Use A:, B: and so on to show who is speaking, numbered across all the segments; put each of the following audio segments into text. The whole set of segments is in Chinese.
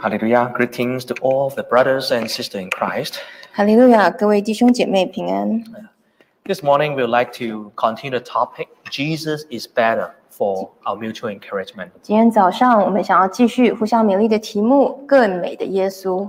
A: Hallelujah. Greetings to all of the brothers and sisters in Christ.
B: 哈利路亚，各位弟兄姐妹平安。
A: This morning, we would like to continue the topic Jesus is better for our mutual encouragement.
B: 今天早上我们想要继续互相勉励的题目——更美的耶稣。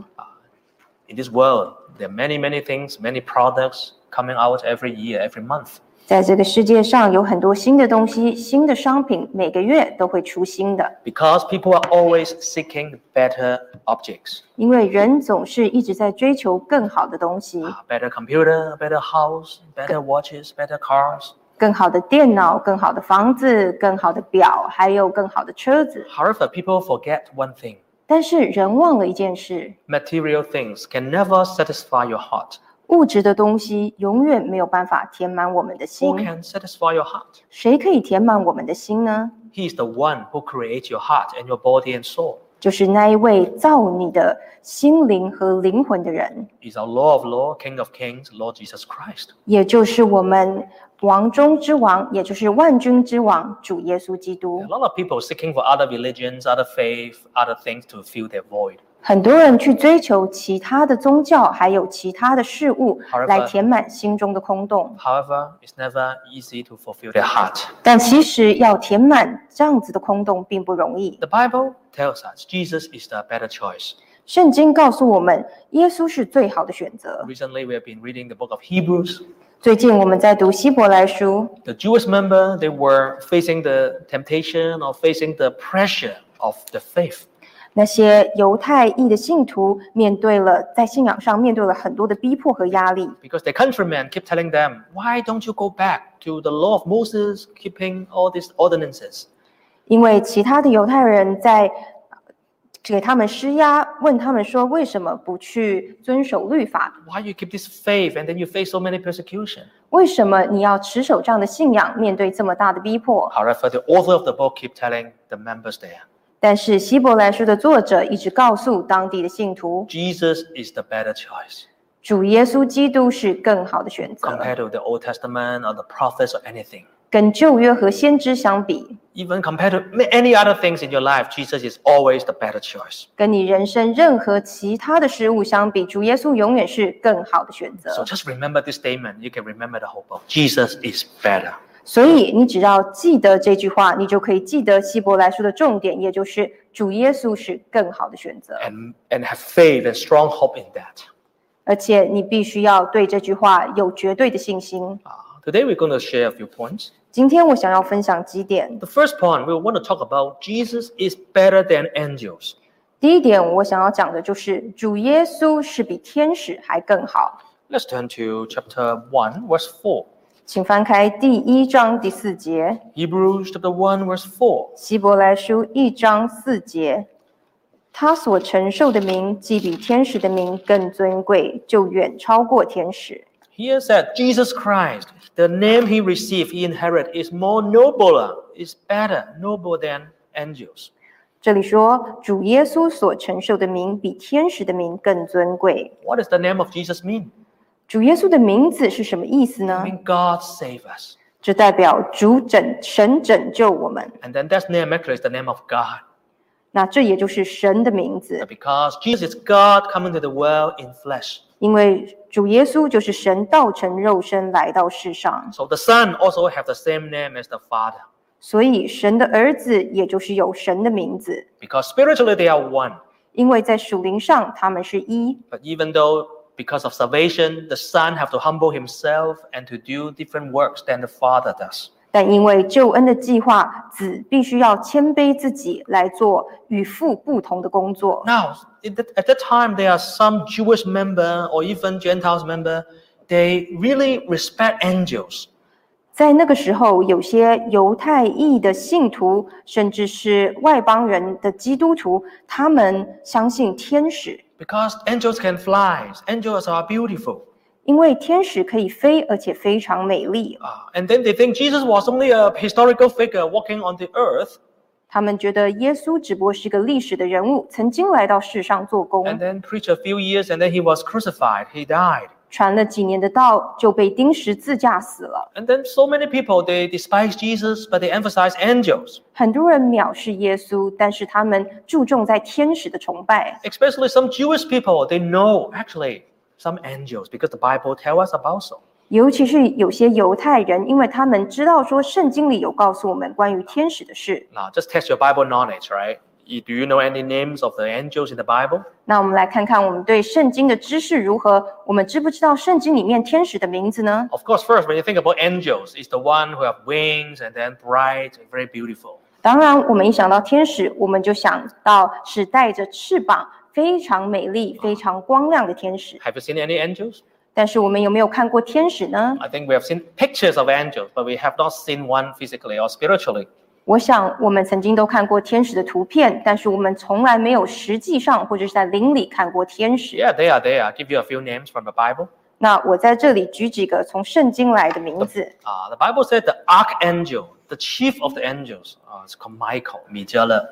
A: In this world, there are many, many things, many products coming out every year, every month.
B: 在这个世界上有很多新的东西、新的商品，每个月都会出新的，
A: Because people are always seeking better objects,
B: 因为人总是一直在追求更好的东西，
A: a better computer, better house, better watches, better cars.
B: 更好的电脑、更好的房子、更好的表，还有更好的车子。
A: However, people forget one thing.
B: 但是人忘了一件事：
A: Material things can never satisfy your heart.
B: 物质的东西永远没有办法填满我们的
A: Who
B: 心。
A: can satisfy your heart?
B: 谁可以填满我们的心呢？
A: He is the one who creates your heart and your body and soul.
B: 就是那一位造你的心灵和灵魂的人，
A: He's our Lord of Lord, King of Kings, Lord Jesus Christ.
B: 也就是我们王中之王，也就是万军之王主耶稣基督
A: A。lot of people seeking for other religions, other faith, other things to fill their void.
B: 很多人去追求其他的宗教，还有其他的事物
A: 好了
B: 来
A: 吧
B: 填满心中的空洞，
A: However, it's never easy to fulfill their heart.
B: 但其实要填满这样子的空洞并不容易。
A: The Bible tells us Jesus is the better choice.
B: 圣经告诉我们，耶稣是最好的选择。
A: Recently, we have been reading the book of Hebrews.
B: 最近我们在读希伯来书，
A: The Jewish member, they were facing the temptation or facing the pressure of the faith.
B: 那些犹太裔的信徒面对了在信仰上面对了很多的逼迫和压力，
A: because their countrymen keep telling them, why don't you go back to the law of Moses, keeping all these ordinances?
B: 因为其他的犹太人在呃给他们施压，问他们说为什么不去遵守律法？
A: Why you keep this faith and then you face so many persecution?
B: 为什么你要持守这样的信仰，面对这么大的逼迫？
A: However, the author of the book keep telling the members there,
B: 但是希伯来书的作者一直告诉当地的信徒，
A: Jesus is the better choice
B: 主耶稣基督是更好的选择，
A: compared to the Old Testament or the prophets or anything.
B: 跟旧约和先知相比，
A: Even compared to ma- any other things in your life, Jesus is always the better choice.
B: 跟你人生任何其他的事物相比，主耶稣永远是更好的选择。
A: So just remember this statement. You can remember the whole book. Jesus is better.
B: 所以你只要记得这句话，你就可以记得希伯来书的重点，也就是主耶稣是更好的选择。
A: And, and have faith and strong hope in that.
B: 而且你必须要对这句话有绝对的信心。
A: Uh, today we're going to share a few points.
B: 今天我想要分享几点。
A: The first point we want to talk about Jesus is better than angels.
B: 第一点，我想要讲的就是主耶稣是比天使还更好。
A: Let's turn to chapter 1 verse 4.
B: 请翻开第一章第四节，
A: Hebrews chapter 1 verse 4.
B: 希伯来书一章四节。他所承受的名，既比天使的名更尊贵，就远超过天使。
A: Here said Jesus Christ, the name he received, he inherited is more nobler, is better, noble than angels.
B: 这里说，主耶稣所承受的名比天使的名更尊贵。
A: What does the name of Jesus mean?
B: 主耶稣的名字是什么意思
A: It
B: 呢？
A: means God save us.
B: 这代表主拯神拯救我们。
A: And then that name actually is the name of God.
B: 那这也就是神的名字，
A: Because Jesus is God coming to the world in flesh.
B: 因为主耶稣就是神道成肉身来到世上，
A: So the Son also have the same name as the Father.
B: 所以神的儿子也就是有神的名字。
A: Because spiritually they are one.
B: 因为在属灵上他们是一，
A: But even though because of salvation, the Son have to humble himself and to do different works than the Father does.
B: 但因为救恩的计划，子必须要谦卑自己来做与父不同的工作。
A: Now, in that- at that time, there are some Jewish member or even Gentiles member, they really respect angels.
B: 在那个时候，有些犹太裔的信徒，甚至是外邦人的基督徒，他们相信天使，
A: Because angels can fly, angels are beautiful.
B: 因为天使可以飞，而且非常美丽。
A: Ah, and then they think Jesus was only a historical figure walking on the earth.
B: 他们觉得耶稣只不过是个历史的人物，曾经来到世上做
A: And
B: 工，
A: then preached a few years, and then he was crucified. He died.
B: 传了几年的道，就被钉十字架死了。
A: And then so many people they despise Jesus, but they emphasize angels.
B: 很多人藐视耶稣，但是他们注重在天使的崇拜。
A: Especially some Jewish people, they know actually some angels because the Bible tells us about so.
B: 尤其是有些犹太人，因为他们知道说圣经里有告诉我们关于天使的事。
A: Now just test your Bible knowledge, right? You- Do you know any names of the angels in the Bible?
B: 那我们来看看我们对圣经的知识如何，我们知不知道圣经里面天使的名字呢？
A: Of course, first when you think about angels, it's the one who have wings and then bright and very beautiful.
B: 当然，我们一想到天使，我们就想到是带着翅膀、非常美丽、非常光亮的天使。
A: Have you seen any angels?
B: 但是我们有没有看过天使呢？
A: I think we have seen pictures of angels, but we have not seen one physically or spiritually.
B: 我想我们曾经都看过天使的图片，但是我们从来没有实际上或者是在灵里看过天使。
A: Yeah, they are there. I'll give you a few names from the Bible.
B: 那我在这里举几个从圣经来的名字。
A: Uh, the Bible said the archangel, the chief of the angels, uh, is called Michael, Mijalah.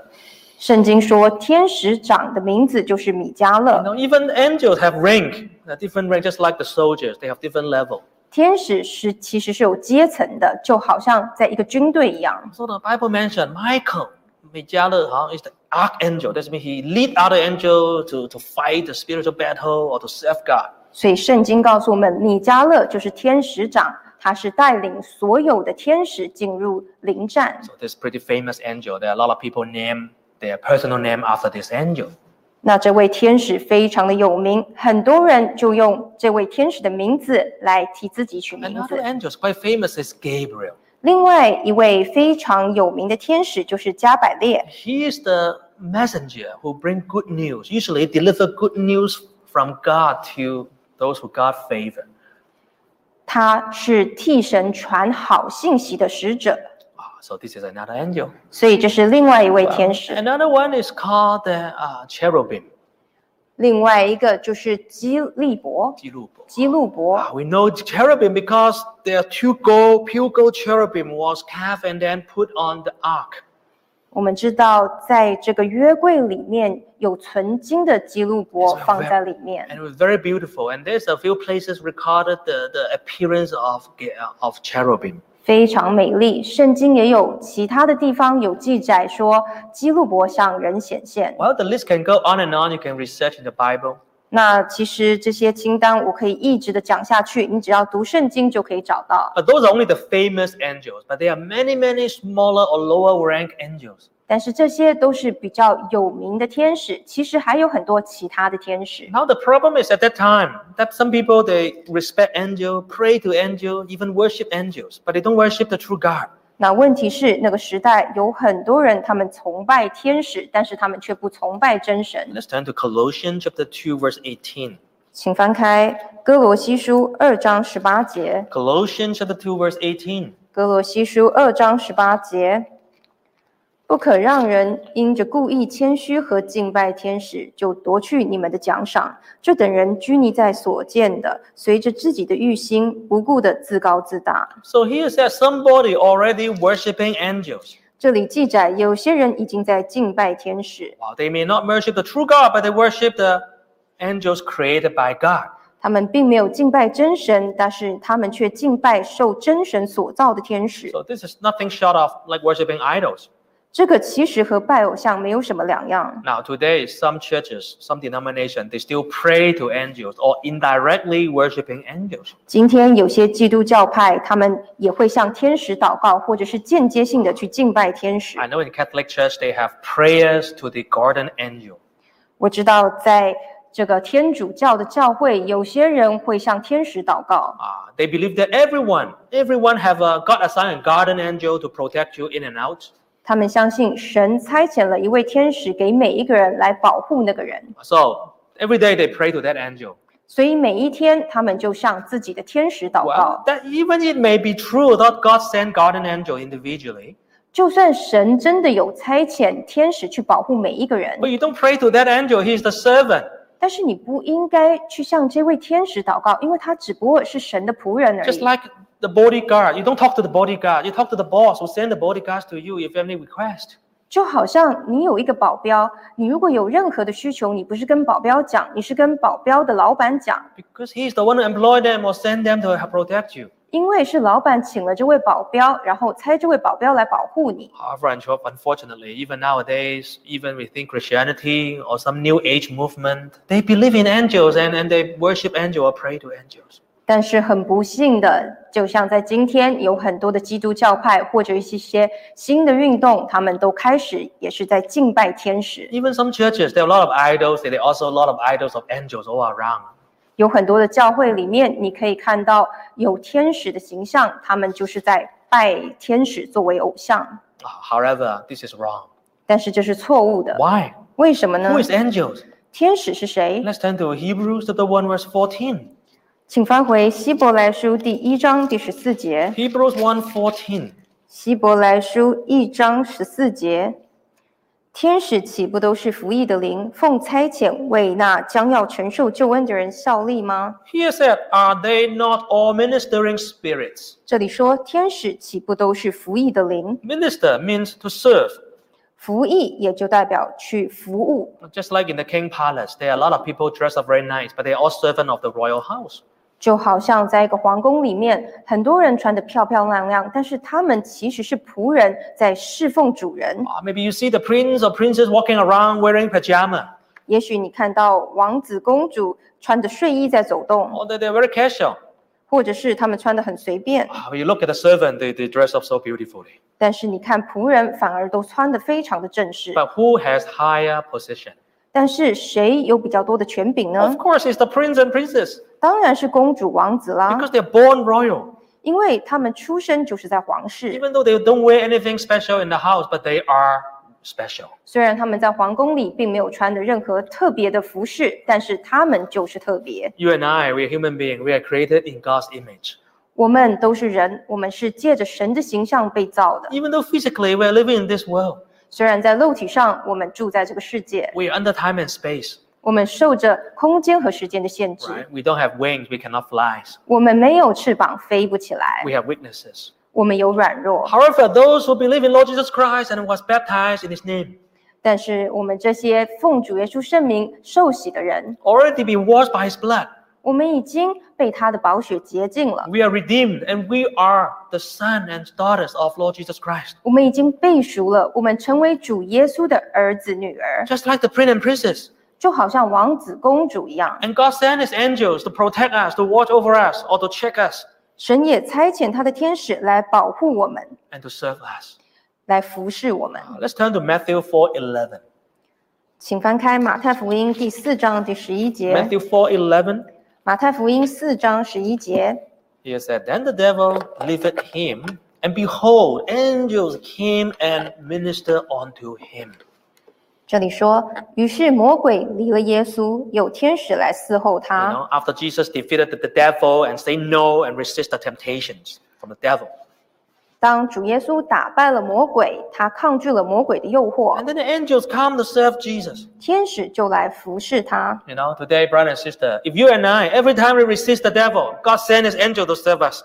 B: 圣经说，天使长的名字就是米迦
A: You
B: 勒。
A: know, even angels have rank, a different rank, just like the soldiers, they have different level.
B: 天使是其实是有阶层的，就好像在一个军队一样。
A: So the Bible mentioned Michael, Mijalah, uh, is the archangel. That means he lead other angels to, to fight the spiritual battle or to serve God.
B: 所以圣经告诉我们，米迦勒就是天使长，他是带领所有的天使进入灵战。
A: So this pretty famous angel. There are a lot of people name their personal name after this angel.
B: 那这位天使非常的有名，很多人就用这位天使的名字来替自己取名
A: Another
B: 字。
A: angel is quite famous is Gabriel.
B: 另外一位非常有名的天使就是加百列，
A: He is the messenger who bring good news. Usually deliver good news from God to those who God favor.
B: 他是替神传好信息的使者，
A: Ah, so this is another angel.
B: 所以这是另外一位天使。
A: Another one is called the uh, cherubim.
B: 另外一个就是基利伯，
A: Cherubim.
B: 基路伯
A: Ah,。we know cherubim because there are two gold, pure gold cherubim was carved and then put on the ark.
B: 我们知道，在这个约柜里面有纯金的基路伯
A: It's
B: 放
A: very-
B: 在里面，
A: and it was very beautiful. And there's a few places recorded the, the appearance of ge- uh, of cherubim.
B: 非常美丽。圣经也有其他的地方有记载说，基路伯向人显现。
A: Well, the list can go on and on. You can research in the Bible.
B: 那其实这些清单我可以一直的讲下去，你只要读圣经就可以找到。
A: But those are only the famous angels. But there are many, many smaller or lower rank angels.
B: 但是这些都是比较有名的天使，其实还有很多其他的天使。
A: Now the problem is at that time that some people they respect angel, pray to angel, even worship angels, but they don't worship the true God.
B: 那问题是，那个时代有很多人他们崇拜天使，但是他们却不崇拜真神。
A: Let's turn to Colossians chapter 2, verse 18.
B: 请翻开《哥罗西书》二章十八节，《
A: Colossians chapter 2, verse 18.
B: 哥罗西书》二章十八节，不可让人因着故意谦虚和敬拜天使，就夺去你们的奖赏。这等人拘泥在所见的，随着自己的欲心，无故的自高自大。
A: So here it says somebody already worshiping angels.
B: 这里记载，有些人已经在敬拜天使，
A: Well, they may not worship the true God, but they worship the angels created by God.
B: 他们并没有敬拜真神，但是他们却敬拜受真神所造的天使。
A: So this is nothing short of like worshiping idols.
B: 这个其实和拜偶像没有什么两样。
A: Now today, some churches, some denomination, they still pray to angels or indirectly worshiping angels.
B: 今天有些基督教派，他们也会向天使祷告，或者是间接性的去敬拜天使
A: I。know in Catholic Church they have prayers to the guardian angel.
B: 我知道，在这个天主教的教会，有些人会向天使祷告，
A: Ah, they believe that everyone, everyone have a God assigned a guardian angel to protect you in and out.
B: 他们相信神差遣了一位天使给每一个人来保护那个人，
A: So every day they pray to that angel.
B: 所以每一天他们就向自己的天使祷
A: Well,
B: 告。
A: that even it may be true that God sent guardian angel individually,
B: 就算神真的有差遣天使去保护每一个人，
A: but you don't pray to that angel. He is the servant.
B: 但是你不应该去向这位天使祷告，因为他只不过是神的仆人而
A: Just
B: 已。
A: like the bodyguard, you don't talk to the bodyguard. You talk to the boss who send the bodyguards to you if you have any request.
B: 就好像你有一个保镖，你如果有任何的需求，你不是跟保镖讲，你是跟保镖的老板讲，
A: because he is the one who employed them or sent them to help protect you.
B: 因为是老板请了这位保镖，然后猜这位保镖来保护你。
A: However, uncho- unfortunately, even nowadays, even within Christianity or some New Age movement, they believe in angels and, and they worship angels or pray to angels.
B: 但是很不幸的，就像在今天，有很多的基督教派或者一些些新的运动，他们都开始也是在敬拜天使。
A: Even some churches, there are a lot of idols, and there are also a lot of idols of angels all around.
B: 有很多的教会里面，你可以看到有天使的形象，他们就是在拜天使作为偶像，
A: However, this is wrong.
B: 但是这是错误的。
A: Why?
B: 为什么呢
A: Who？is angels?
B: 天使是谁？
A: Let's turn to Hebrews chapter 1, verse 14.
B: 请翻回希伯来书第一章第十四节。
A: Hebrews 1 14.
B: 希伯来书一章十四节，天使岂不都是服役的灵，奉差遣为那将要承受救恩的人效力吗？
A: Here said, Are they not all ministering spirits?
B: 这里说天使岂不都是服役的灵？
A: Minister means to serve.
B: 服役也就代表去服务，
A: Just like in the king palace, there are a lot of people dressed up very nice, but they're all servant of the royal house.
B: 就好像在一个皇宫里面，很多人穿得漂漂亮亮，但是他们其实是仆人，在侍奉主人。
A: Ah, maybe you see the prince or princess walking around wearing pajama,
B: 也许你看到王子公主穿着睡衣在走动，
A: or they- they're very casual.
B: 或者是他们穿得很随便。
A: Ah, When you look at the servant, they, they dress up so beautifully.
B: 但是你看仆人反而都穿得非常的正式。
A: But who has higher position?
B: 但是谁有比较多的权柄
A: Of
B: 呢？
A: course, it's the prince and princess
B: 当然是公主王子啦，
A: because they're born royal.
B: 因为他们出生就是在皇室。
A: Even though they don't wear anything special in the house, but they are special.
B: 虽然他们在皇宫里并没有穿的任何特别的服饰，但是他们就是特别。
A: You and I, we're human beings. We are created in God's image.
B: 我们都是人，我们是借着神的形象被造的。
A: Even though physically we're living in this world,
B: 虽然在肉体上我们住在这个世界，
A: we are under time and space.
B: 我们受着空间和时间的限制，
A: Right? We don't have wings. We cannot fly.
B: 我们没有翅膀，飞不起来
A: We，have weaknesses.
B: 我们有软弱。
A: However, those who believe in Lord Jesus Christ and was baptized in His name
B: 但是我们这些奉主耶稣圣名受洗的人，
A: already been washed by His blood.
B: 我们已经被他的宝血洁净了，
A: We are redeemed, and we are the son and daughters of Lord Jesus Christ.
B: 我们已经被赎了，我们成为主耶稣的儿子女儿，
A: Just like the prince and princess.
B: 就好像王子公主一样。
A: And God sent His angels to protect us, to watch over us, or to check us,
B: 神也差遣他的天使来保护我们，
A: and to serve us.
B: 来服侍我们。
A: Let's turn to Matthew 4:11.
B: 请翻开马太福音第四章第十一节，
A: Matthew 4:11.
B: 马太福音四章十一节。
A: He said, Then the devil delivered him, and behold, angels came and ministered unto him.
B: 这里说，于是魔鬼离了耶稣，有天使来伺候
A: You
B: 他。
A: know, after Jesus defeated the, the devil and say no and resist the temptations from the devil.
B: 当主耶稣打败了魔鬼，他抗拒了魔鬼的诱惑，
A: And then the angels come to serve Jesus.
B: 天使就来服侍他。
A: You know, today, brother and sister, if you and I, every time we resist the devil, God send his angel to serve us.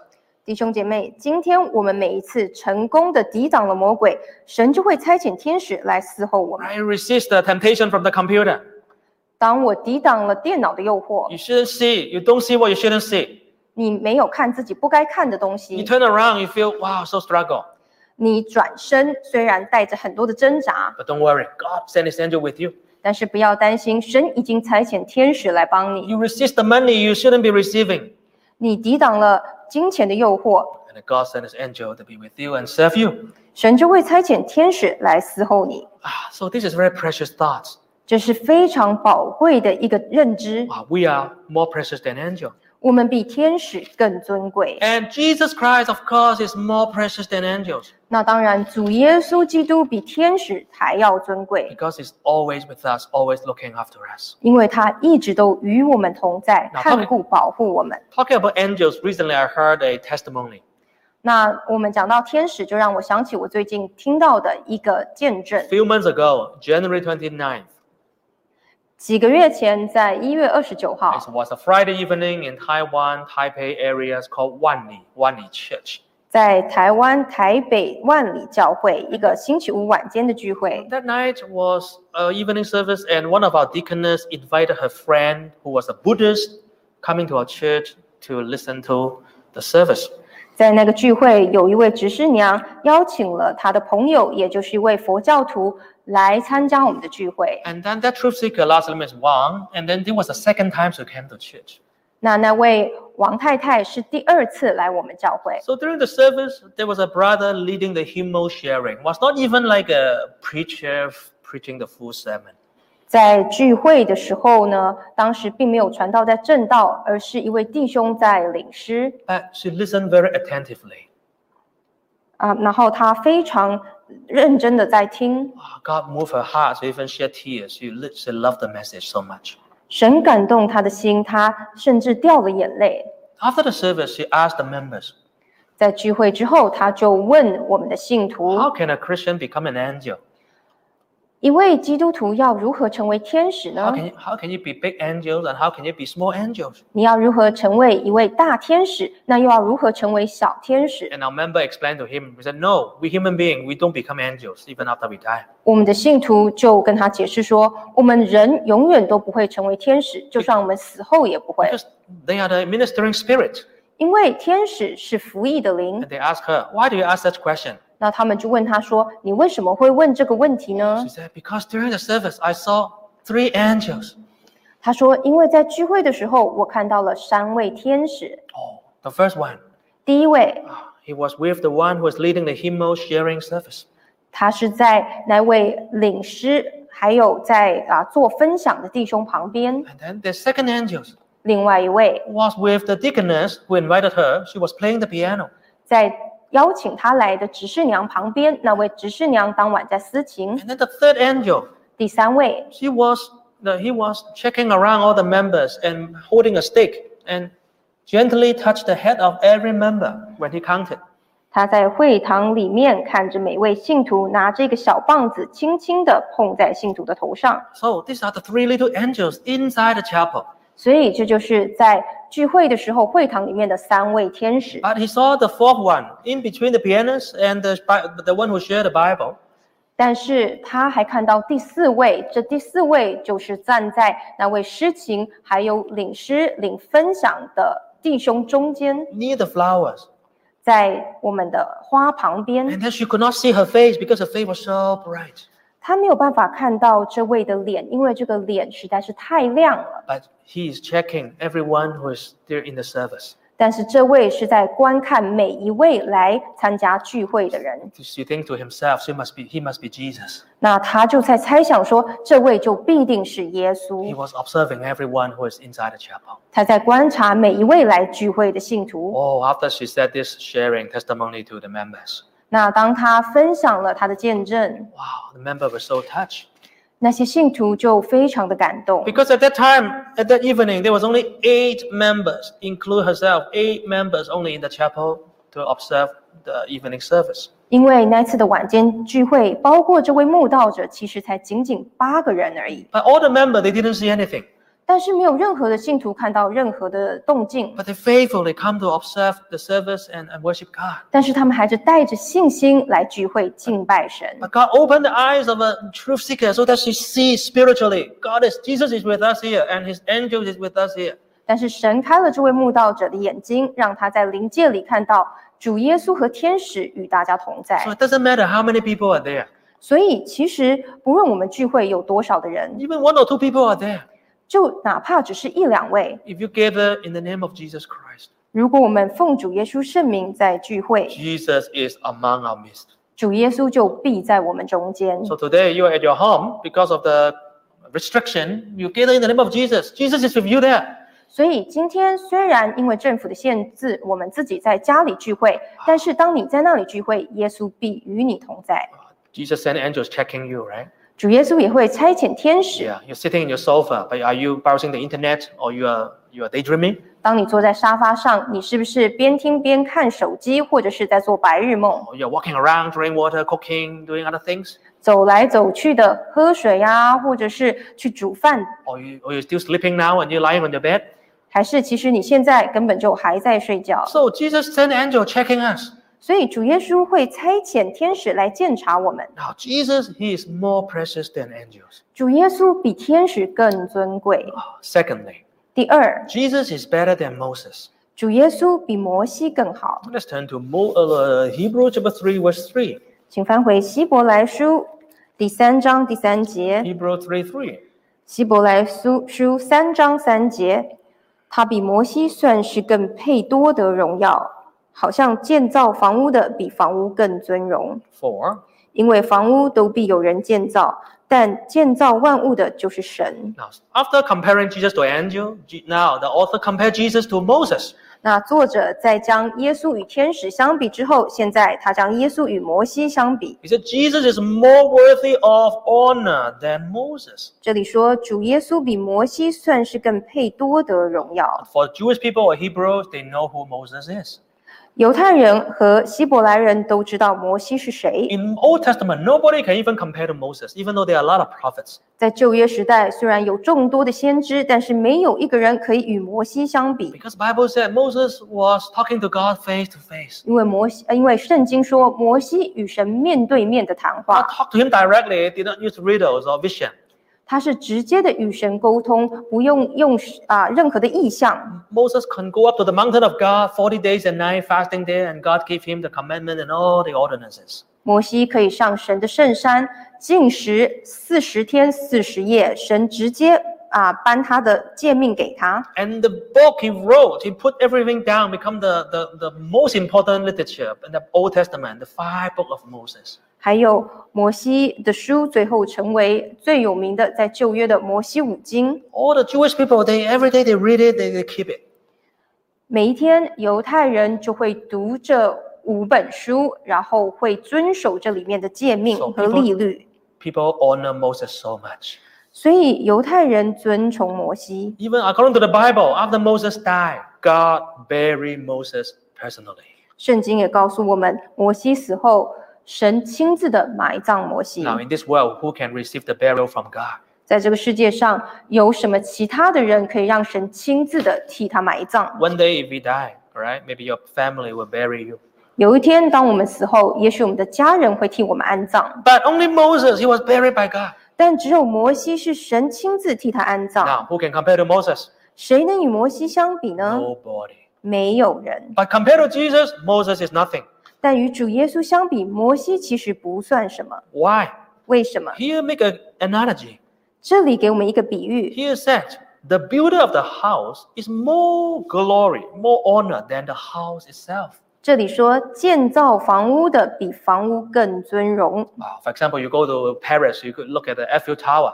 B: 弟兄姐妹，今天我们每一次成功的抵挡了魔鬼，神就会差遣天使来伺候我们。
A: I resist the temptation from the computer.
B: 当我抵挡了电脑的诱惑，
A: You shouldn't see. You don't see what you shouldn't see.
B: 你没有看自己不该看的东
A: You
B: 西，
A: turn around, you feel, wow, so struggle.
B: 你转身，虽然带着很多的挣扎，
A: But don't worry, God send his angel with you.
B: 但是不要担心，神已经差遣天使来帮你。
A: You resist the money you shouldn't be receiving.
B: 你抵挡了金钱的诱惑，
A: And God send his angel to be with you and serve you.
B: 神就会差遣天使来伺候你。
A: Ah, so this is very precious thoughts.
B: 这是非常宝贵的一个认知，
A: Wow, we are more precious than angel.
B: 我们比天使更尊贵。
A: And Jesus Christ, of course, is more precious than angels
B: 那当然，主耶稣基督比天使还要尊贵，
A: because he's always with us, always looking after us.
B: 因为他一直都与我们同在，
A: 那当然
B: 看顾保护我们。
A: Talking about angels, recently I heard a testimony.
B: 那我们讲到天使，就让我想起我最近听到的一个见证
A: A。few months ago, January 29th,
B: 几个月前，在一月二十九
A: it
B: 号，
A: was a Friday evening in Taiwan, Taipei areas called Wanli, Wanli Church.
B: 在台湾台北万里教会一个星期五晚间的聚会。
A: That night was uh, evening service, and one of our deaconess invited her friend, who was a Buddhist, coming to our church to listen to the service.
B: 在那个聚会，有一位执事娘邀请了她的朋友，也就是一位佛教徒，来参加我们的聚会。
A: And then that truth seeker, last name is Wang, and then this was the second time she came to church.
B: 那那位王太太是第二次来我们教会，
A: So during the service, there was a brother leading the hymnal sharing. Was not even like a preacher f- preaching the full sermon.
B: 在聚会的时候呢，当时并没有传道在正道，而是一位弟兄在领诗
A: But she listened very attentively.
B: 啊、然后他非常认真的在听，
A: Ah, God moved her heart. She even shed tears. She, li- she loved the message so much.
B: 神感动他的心，他甚至掉了眼泪。
A: After the service, she asked the members,
B: 在聚会之后，他就问我们的信徒，
A: How can a Christian become an angel?
B: 一位基督徒要如何成为天使呢
A: How？can you, how can you be big angels and how can you be small angels?
B: 你要如何成为一位大天使？那又要如何成为小天使？
A: And our member explained to him, We said, No, we human beings, we don't become angels even after we die.
B: 我们的信徒就跟他解释说，我们人永远都不会成为天使，就算我们死后也不会，
A: Because they are the ministering spirit.
B: 因为天使是服役的灵
A: And。they asked her, Why do you ask such question?
B: 那他们就问他说：“你为什么会问这个问题呢
A: She said, Because during the service, I saw three angels.？”
B: 他说：“因为在聚会的时候，我看到了三位天使。
A: Oh, the first one,
B: 第一位，
A: he was with the one who was leading the hymnal sharing service.
B: 他是在那位领师，还有在啊做分享的弟兄旁边；
A: And then the second angel
B: 另外一位
A: was with the deaconess who invited her. She was playing the piano.
B: 在邀请他来的执事娘旁边，那位执事娘当晚在私情；
A: And then the third angel,
B: 第三位
A: she was, the, he was checking around all the members and holding a stick and gently touched the head of every member when he counted.
B: 他在会堂里面看着每位信徒拿这个小棒子，轻轻地碰在信徒的头上。
A: So these are the three little angels inside the chapel.
B: 所以这就是在聚会的时候，会堂里面的三位天使。
A: But he saw the fourth one in between the pianist and the, Bi- the one who shared the Bible.
B: 但是他还看到第四位，这第四位就是站在那位诗情还有领诗领分享的弟兄中间，
A: near the flowers.
B: 在我们的花旁边，
A: And then she could not see her face because her face was so bright.
B: 他没有办法看到这位的脸，因为这个脸实在是太亮了。
A: But he is checking everyone who is there in the service.
B: 但是这位是在观看每一位来参加聚会的人，
A: She thinks to himself, she must be, he must be Jesus.
B: 那他就在猜想说，这位就必定是耶
A: He
B: 稣。
A: was observing everyone who is inside the chapel.
B: 他在观察每一位来聚会的信徒。
A: Oh, after she said this sharing testimony to the members.
B: 那当他分享了他的见证，
A: Wow, the member was so touched.
B: 那些信徒就非常的感动，
A: Because at that time, at that evening, there was only eight members, include herself, eight members only in the chapel to observe the evening service.
B: 因为那次的晚间聚会，包括这位慕道者，其实才仅仅八个人而已。
A: But all the members, they didn't see anything.
B: 但是没有任何的信徒看到任何的动静，
A: But they faithfully come to observe the service and, and worship God.
B: 但是他们还是带着信心来聚会敬拜神。
A: But God opened the eyes of a truth seeker so that she sees spiritually. God is Jesus is with us here, and His angel is with us here.
B: 但是神开了这位慕道者的眼睛，让他在灵界里看到主耶稣和天使与大家同在
A: So。it doesn't matter how many people are there.
B: 所以其实不论我们聚会有多少的人，
A: Even one or two people are there.
B: 就哪怕只是一两位，
A: If you gather in the name of Jesus Christ,
B: 如果我们奉主耶稣圣名在聚会，
A: Jesus is among our midst.
B: 主耶稣就必在我们中间。
A: So today you are at your home because of the restriction. You gather in the name of Jesus. Jesus is with you there.
B: 所以今天虽然因为政府的限制，我们自己在家里聚会，但是当你在那里聚会，耶稣必与你同在。
A: Jesus sent angels checking you, right?
B: 主耶稣也会差遣天使。
A: Yeah, you're sitting in your sofa, but are you browsing the internet or you are you are daydreaming?
B: 当你坐在沙发上，你是不是边听边看手机，或者是在做白日梦，
A: Or you're walking around, drinking water, cooking, doing other things?
B: 走来走去的喝水呀、或者是去煮饭，
A: Or you or you're still sleeping now and you're lying on your bed?
B: 还是其实你现在根本就还在睡觉？
A: So Jesus sent angel checking us.
B: 所以主耶稣会差遣天使来鉴察我们。
A: Now, Jesus, he is more precious than angels.
B: 主耶稣比天使更尊贵。
A: Secondly,
B: 第二，
A: Jesus is better than Moses.
B: 主耶稣比摩西更好。
A: Let's turn to Mo- uh, Hebrews chapter 3, verse 3.
B: 请翻回希伯来书第三章第三节，
A: Hebrews 3 3.
B: 希伯来书书三章三节，他比摩西算是更配多得荣耀，好像建造房屋的比房屋更尊荣，
A: For
B: 因为房屋都必有人建造，但建造万物的就是神。
A: now, after comparing Jesus to angel, Je- now the author compared Jesus to Moses.
B: 那作者在将耶稣与天使相比之后，现在他将耶稣与摩西相比。
A: He said Jesus is more worthy of honor than Moses.
B: 这里说主耶稣比摩西算是更配多得荣耀。
A: For Jewish people or Hebrews, they know who Moses is.
B: 犹太人和希伯来人都知道摩西是谁。
A: In Old Testament, nobody can even compare to Moses, even though there are a lot of prophets.
B: 在旧约时代，虽然有众多的先知，但是没有一个人可以与摩西相比，
A: Because Bible said Moses was talking to God face to face.
B: 因为摩西，呃因为圣经说摩西与神面对面的谈
A: God
B: 话，
A: talked to him directly, did not use riddles or vision.
B: 他是直接的与神沟通，不用用啊、任何的意象。
A: Moses can go up to the mountain of God 40 days and night fasting there, and God gave him the commandment and all the ordinances.
B: 摩西可以上神的圣山进食四十天四十夜，神直接啊、颁他的诫命给他。
A: And the book he wrote, he put everything down, become the, the, the most important literature in the Old Testament, the five book of Moses.
B: 还有摩西的书，最后成为最有名的，在旧约的摩西五经。
A: All the Jewish people, they every day they read it, they, they keep it.
B: 每一天，犹太人就会读这五本书，然后会遵守这里面的诫命
A: So
B: 和律律。
A: People honor Moses so much.
B: 所以，犹太人尊崇摩西。
A: Even according to the Bible, after Moses died, God buried Moses personally.
B: 圣经也告诉我们，摩西死后，神亲自的埋葬摩西。
A: Now, in this world, who can receive the burial from God?
B: 在这个世界上，有什么其他的人可以让神亲自的替他埋葬？
A: One day, if we die, all right, maybe your family will bury you.
B: 有一天，当我们死后，也许我们的家人会替我们安葬。
A: But only Moses, he was buried by God.
B: 但只有摩西是神亲自替他安葬，
A: Now, who can compare to Moses?
B: 谁能与摩西相比呢？
A: Nobody.
B: 没有人。
A: But compared to Jesus, Moses is nothing.
B: 但与主耶稣相比，摩西其实不算什么。
A: Why?
B: 为什么？
A: Here, make an analogy.
B: 这里给我们一个比喻，
A: Here said, the builder of the house is more glory, more honor than the house itself.
B: 这里说建造房屋的比房屋更尊荣。
A: Uh, for example, you go to Paris, you could look at the Eiffel Tower.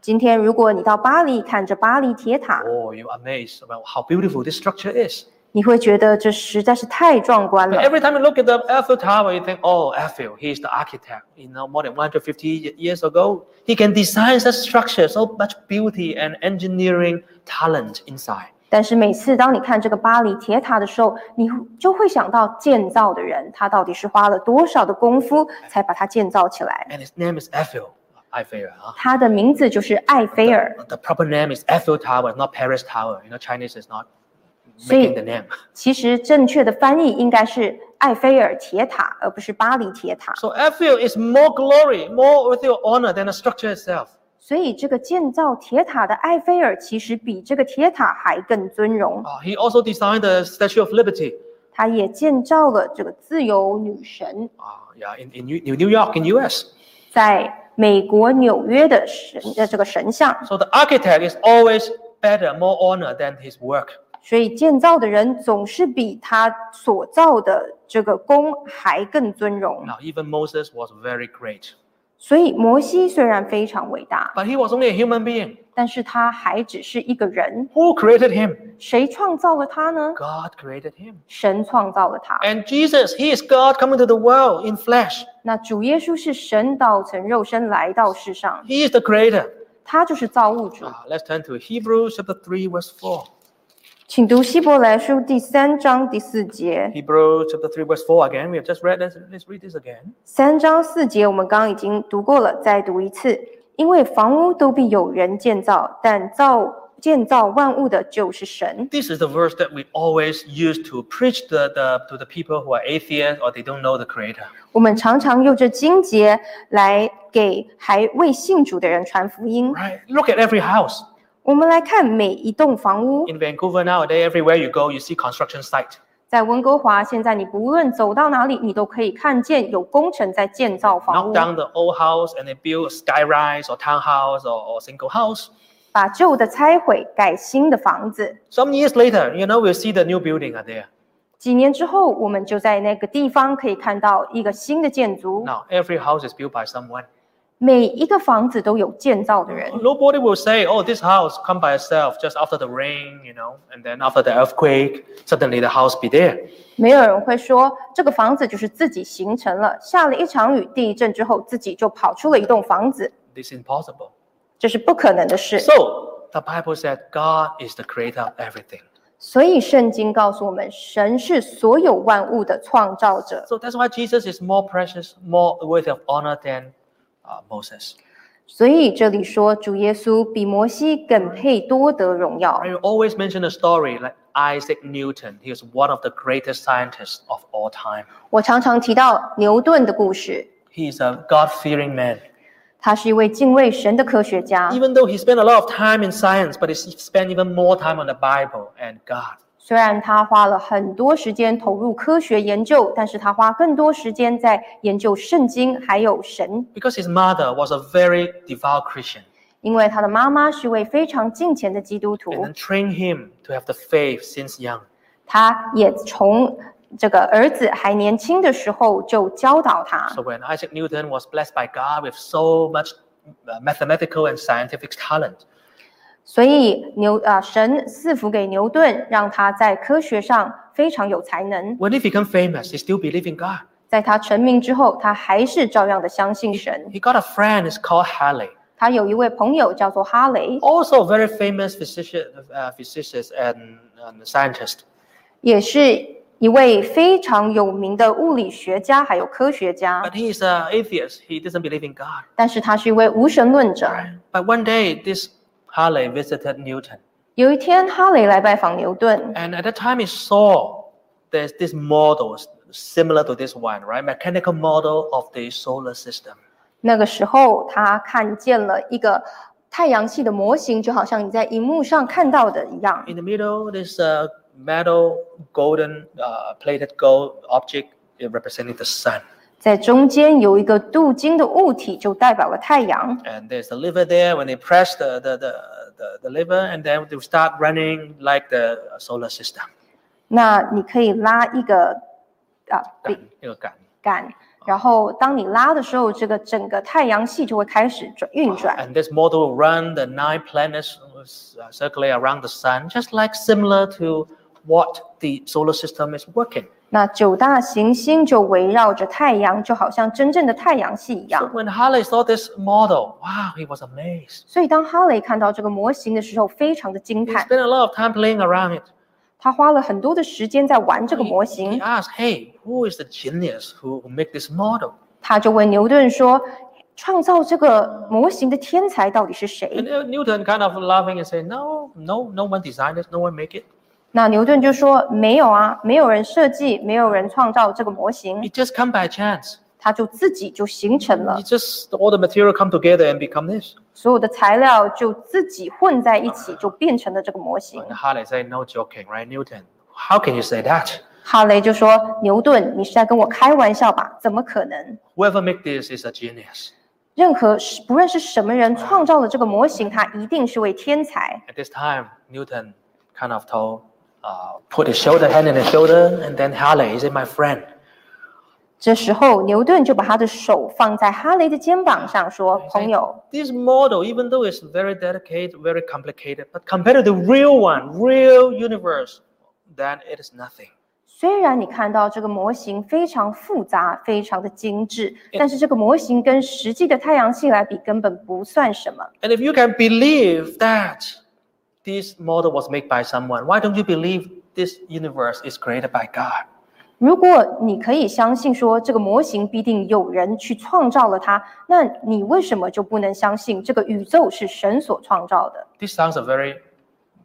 B: 今天如果你到巴黎看着巴黎铁塔，
A: Oh, you're amazed about how beautiful this structure is.
B: 你会觉得这实在是太壮观
A: But
B: 了。
A: every time you look at the Eiffel Tower, you think, oh, Eiffel, he's the architect. You know, more than 150 y- years ago, he can design such structure, so much beauty and engineering talent inside.
B: 但是每次当你看这个巴黎铁塔的时候，你就会想到建造的人他到底是花了多少的功夫才把它建造起来。
A: And his name is Eiffel. Eiffel, huh?
B: 他的名字就是艾菲尔，
A: The proper name is Eiffel Tower, not Paris Tower. You know, Chinese is not
B: 所
A: making
B: 以
A: the name.
B: 其实正确的翻译应该是艾菲尔铁塔，而不是巴黎铁塔。
A: So Eiffel is more glory, more with your honor than the structure itself.
B: 所以这个建造铁塔的艾菲尔其实比这个铁塔还更尊荣，
A: Uh, he also designed the Statue of Liberty.
B: 他也建造了这个自由女神
A: Uh, yeah, in, in New in New York, in U.S.
B: 在美国纽约的神呃这个神像。
A: So the architect is always better, more honor than his work.
B: 所以建造的人总是比他所造的这个宫还更尊荣。
A: Now, even Moses was very great,
B: 所以摩西虽然非常伟大，
A: but he was only a human being.
B: 但是他还只是一个人。
A: Who created him?
B: 谁创造了他呢？
A: God created him.
B: 神创造了他。
A: And Jesus, he is God coming to the world in flesh.
B: 那主耶稣是神道成肉身来到世上，
A: He is the creator.
B: 他就是造物主。
A: Uh, let's turn to Hebrews chapter 3, verse 4.
B: 请读希伯来书第三章第四节，
A: Hebrews chapter 3, verse 4 again. We have just read this. Let's read this again.
B: 三章四节我们刚刚已经读过了，再读一次。因为房屋都必有人建造，但造建造万物的就是神。
A: This is the verse that we always use to preach the, the, to the people who are atheists or they don't know the Creator.
B: 我们常常用这经节来给还未信主的人传福音。
A: Right? Look at every house
B: 我们来看每一栋房屋，
A: in Vancouver nowadays. Everywhere you go, you see construction site.
B: 在温哥华，现在你不论走到哪里，你都可以看见有工程在建造房
A: Knock
B: 屋，
A: down the old house and they build a sky rise or townhouse or, or single house.
B: 把旧的拆毁，盖新的房子。
A: Some years later, you know, we'll see the new building are there.
B: 几年之后，我们就在那个地方可以看到一个新的建筑。
A: Now, every house is built by someone.
B: 每一个房子都有建造的人，
A: Nobody will say, oh, this house come by itself just after the rain, you know, and then after the earthquake, suddenly the house be there.
B: 没有人会说这个房子就是自己形成了。下了一场雨、地震之后，自己就跑出了一栋房子，
A: This is impossible.
B: 这是不可能的事。
A: So the Bible said God is the creator of everything.
B: 所以圣经告诉我们，神是所有万物的创造者。
A: So that's why Jesus is more precious, more worthy of honor than uh, Moses.
B: 所以这里说，主耶稣比摩西更配多得荣耀。
A: I always mention a story like Isaac Newton. He was one of the greatest scientists of all time.
B: 我常常提到牛顿的故事，
A: He is a God-fearing man.
B: 他是一位敬畏神的科学家。
A: Even though he spent a lot of time in science, but he spent even more time on the Bible and God.
B: 虽然他花了很多时间投入科学研究，但是他花更多时间在研究圣经还有神，
A: Because his mother was a very devout Christian
B: 因为他的妈妈是位非常敬虔的基督徒
A: and，then trained him to have the faith since young.
B: 他也从这个儿子还年轻的时候就教导他。
A: So when Isaac Newton was blessed by God with so much uh, mathematical and scientific talent,
B: 所以牛啊、神赐福给牛顿，让他在科学上非常有才能。
A: when he became famous, he still believed in God.
B: 在他成名之后，他还是照样的相信神。
A: He got a friend, it's called Halley,
B: 他有一位朋友叫做哈雷，
A: also a very famous physician, uh, physicist and, and scientist.
B: 也是一位非常有名的物理学家，还有科学家，
A: But he is an atheist. He doesn't believe in God.
B: 但是他是一位无神论者。
A: But one day, this Halley visited Newton.
B: 有一天，哈雷来拜访牛顿，
A: And at that time, he saw there's this model similar to this one, right? Mechanical model of the solar system.
B: 那个时候他看见了一个太阳系的模型，就好像你在荧幕上看到的一样。
A: In the middle, this uh, metal, golden, uh, plated gold object uh, representing the sun.
B: 在中间有一个镀金的物体，就代表了太阳。
A: And there's the liver there. When they press the, the, the, the, the liver, and then they will start running like the solar system.
B: 那你可以拉一个啊饼
A: Gun, you know, gun.
B: 杆，然后当你拉的时候，这个整个太阳系就会开始转运转。
A: And this model will run the nine planets uh, circulate around the sun, just like similar to what the solar system is working.
B: 那九大行星就围绕着太阳，就好像真正的太阳系一
A: So
B: 样。
A: when Halley saw this model, wow, he was amazed.
B: 所以当哈雷看到这个模型的时候，非常的惊
A: He
B: 叹。
A: spent a lot of time playing around it.
B: 他花了很多的时间在玩这个
A: He,
B: 模
A: he
B: 型，
A: asked, hey, who is the genius who, who make this model?
B: 他就问牛顿说：“创造这个模型的天才到底是谁？”
A: And uh, Newton kind of laughing and saying, no, no, no one designed it, no one make it.
B: 那牛顿就说：“没有啊，没有人设计，没有人创造这个模型，
A: It just come by chance.
B: 它就自己就形成了
A: It，just all the material come together and become this.
B: 所有的材料就自己混在一起，就变成了这个模型
A: And。Halley said, no joking, right, Newton? How can you say that? ”
B: 哈雷就说：“牛顿，你是在跟我开玩笑吧？怎么可能？
A: Whoever make this is a genius.
B: 任何不论是什么人创造了这个模型，他一定是位天才。
A: At this time, Newton kind of told, uh, put his shoulder, hand in his shoulder, and then Halley, he said, my friend, ”
B: 这时候，牛顿就把他的手放在哈雷的肩膀上，说：“朋友，
A: this model, even though it's very delicate, very complicated, but compared to the real one, real universe, then it is nothing.
B: 虽然你看到这个模型非常复杂、非常的精致，但是这个模型跟实际的太阳系来比，根本不算什么。
A: And if you can believe that this model was made by someone, why don't you believe this universe is created by God?
B: 如果你可以相信说这个模型必定有人去创造了它，那你为什么就不能相信这个宇宙是神所创造的？
A: This sounds a very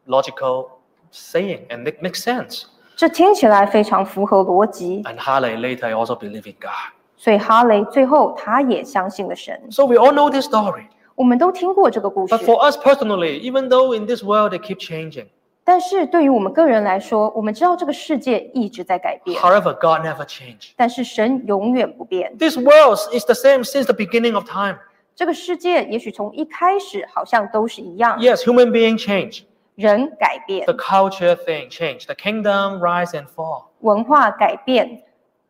A: logical saying and it makes sense.
B: 这听起来非常符合逻辑，
A: And Harley later also believed in God.
B: 所以哈雷最后他也相信了神。
A: So we all know this story.
B: 我们都听过这个故事
A: But，for us personally, even though in this world they keep changing,
B: 但是对于我们个人来说，我们知道这个世界一直在改变，
A: however, God never changed.
B: 但是神永远不变。
A: This world is the same since the beginning of time.
B: 这个世界也许从一开始好像都是一样，
A: Yes, human being change.
B: 人改变
A: The，culture thing change. The kingdom rise and fall.
B: 文化改变，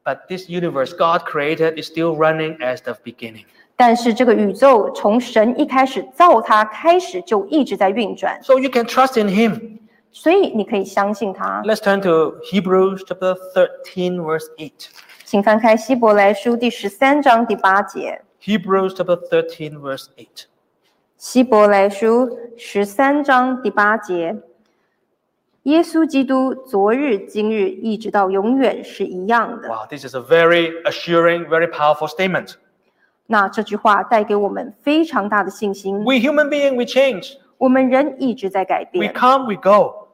A: But this universe God created is still running as the beginning.
B: 但是这个宇宙从神一开始造它开始就一直在运转，
A: So you can trust in him.
B: 所以你可以相信它。
A: Let's turn to Hebrews chapter 13 verse 8.
B: 请翻开希伯来书第十三章第八节，
A: Hebrews chapter 13 verse 8.
B: 希伯来书十三章第八节，耶稣基督昨日、今日一直到永远是一样的。
A: Wow, this is a very assuring, very powerful statement.
B: 那这句话带给我们非常大的信心。
A: We human being, we change.
B: 我们人一直在改
A: We
B: 变，
A: come, we go.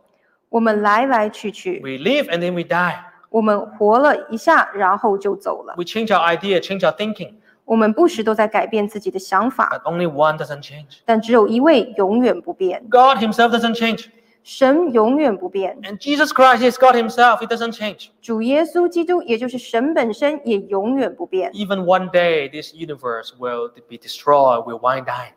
B: 我们来来去去，
A: We live and then we die.
B: 我们活了一下，然后就走了。
A: We change our idea, change our thinking.
B: 我们不时都在改变自己的想法，
A: But only one doesn't change.
B: 但只有一位永远不变，
A: God himself doesn't change.
B: 神永远不变。
A: And Jesus Christ is God himself. He doesn't change.
B: 主耶稣基督，也就是神本身，也永远不变。
A: Even one day, this universe will be destroyed, will wind down.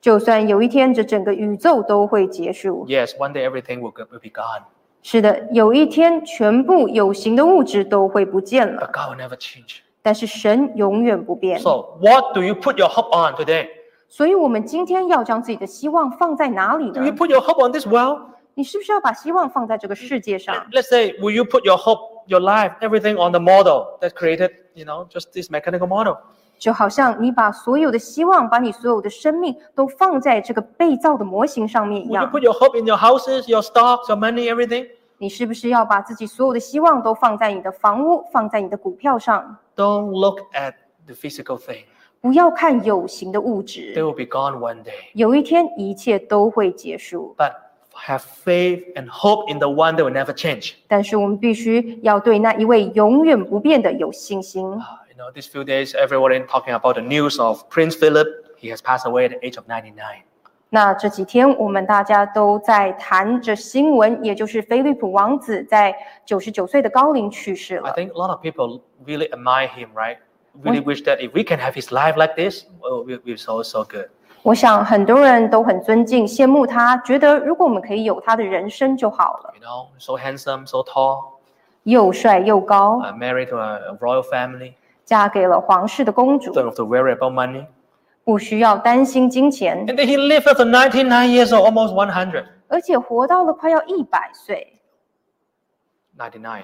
B: 就算有一天这整个宇宙都会结束，
A: Yes, one day everything will, go- will be gone.
B: 是的，有一天全部有形的物质都会不见了
A: But，God will never change.
B: 但是神永远不变。
A: So, what do you put your hope on today?
B: 所以，我们今天要将自己的希望放在哪里
A: Do you
B: 呢？
A: put your hope on this world?
B: 你是不是要把希望放在这个世界上？
A: Let's say, will you put your hope, your life, everything on the model that created, you know, just this mechanical model?
B: 就好像你把所有的希望，把你所有的生命都放在这个被造的模型上面一
A: Will you
B: 样，
A: put your hope in your houses, your stocks, your money, everything?
B: 你是不是要把自己所有的希望都放在你的房屋，放在你的股票上？
A: Don't look at the physical thing.
B: 不要看有形的物
A: They
B: 质，
A: will be gone one day.
B: 有一天一切都会结束。
A: But have faith and hope in the one that will never change.
B: 但是我们必须要对那一位永远不变的有信心。
A: Uh, You know, these few days, everyone is talking about the news of Prince Philip. He has passed away at the age of 99.
B: 那这几天我们大家都在谈这新闻，也就是菲利普王子在九十九岁的高龄去世
A: I
B: 了。
A: think a lot of people really admire him, right? Really wish that if we can have his life like this, well, we we so so good.
B: 我想很多人都很尊敬、羡慕他，觉得如果我们可以有他的人生就好了，
A: You know, so handsome, so tall,
B: 又帅又高，
A: uh, married to a royal family,
B: 嫁给了皇室的公主，
A: don't have to worry about money.
B: 不需要担心金钱，
A: And then he lived up to 99 years old, almost 100.
B: 而且活到了快要一百岁，
A: 99.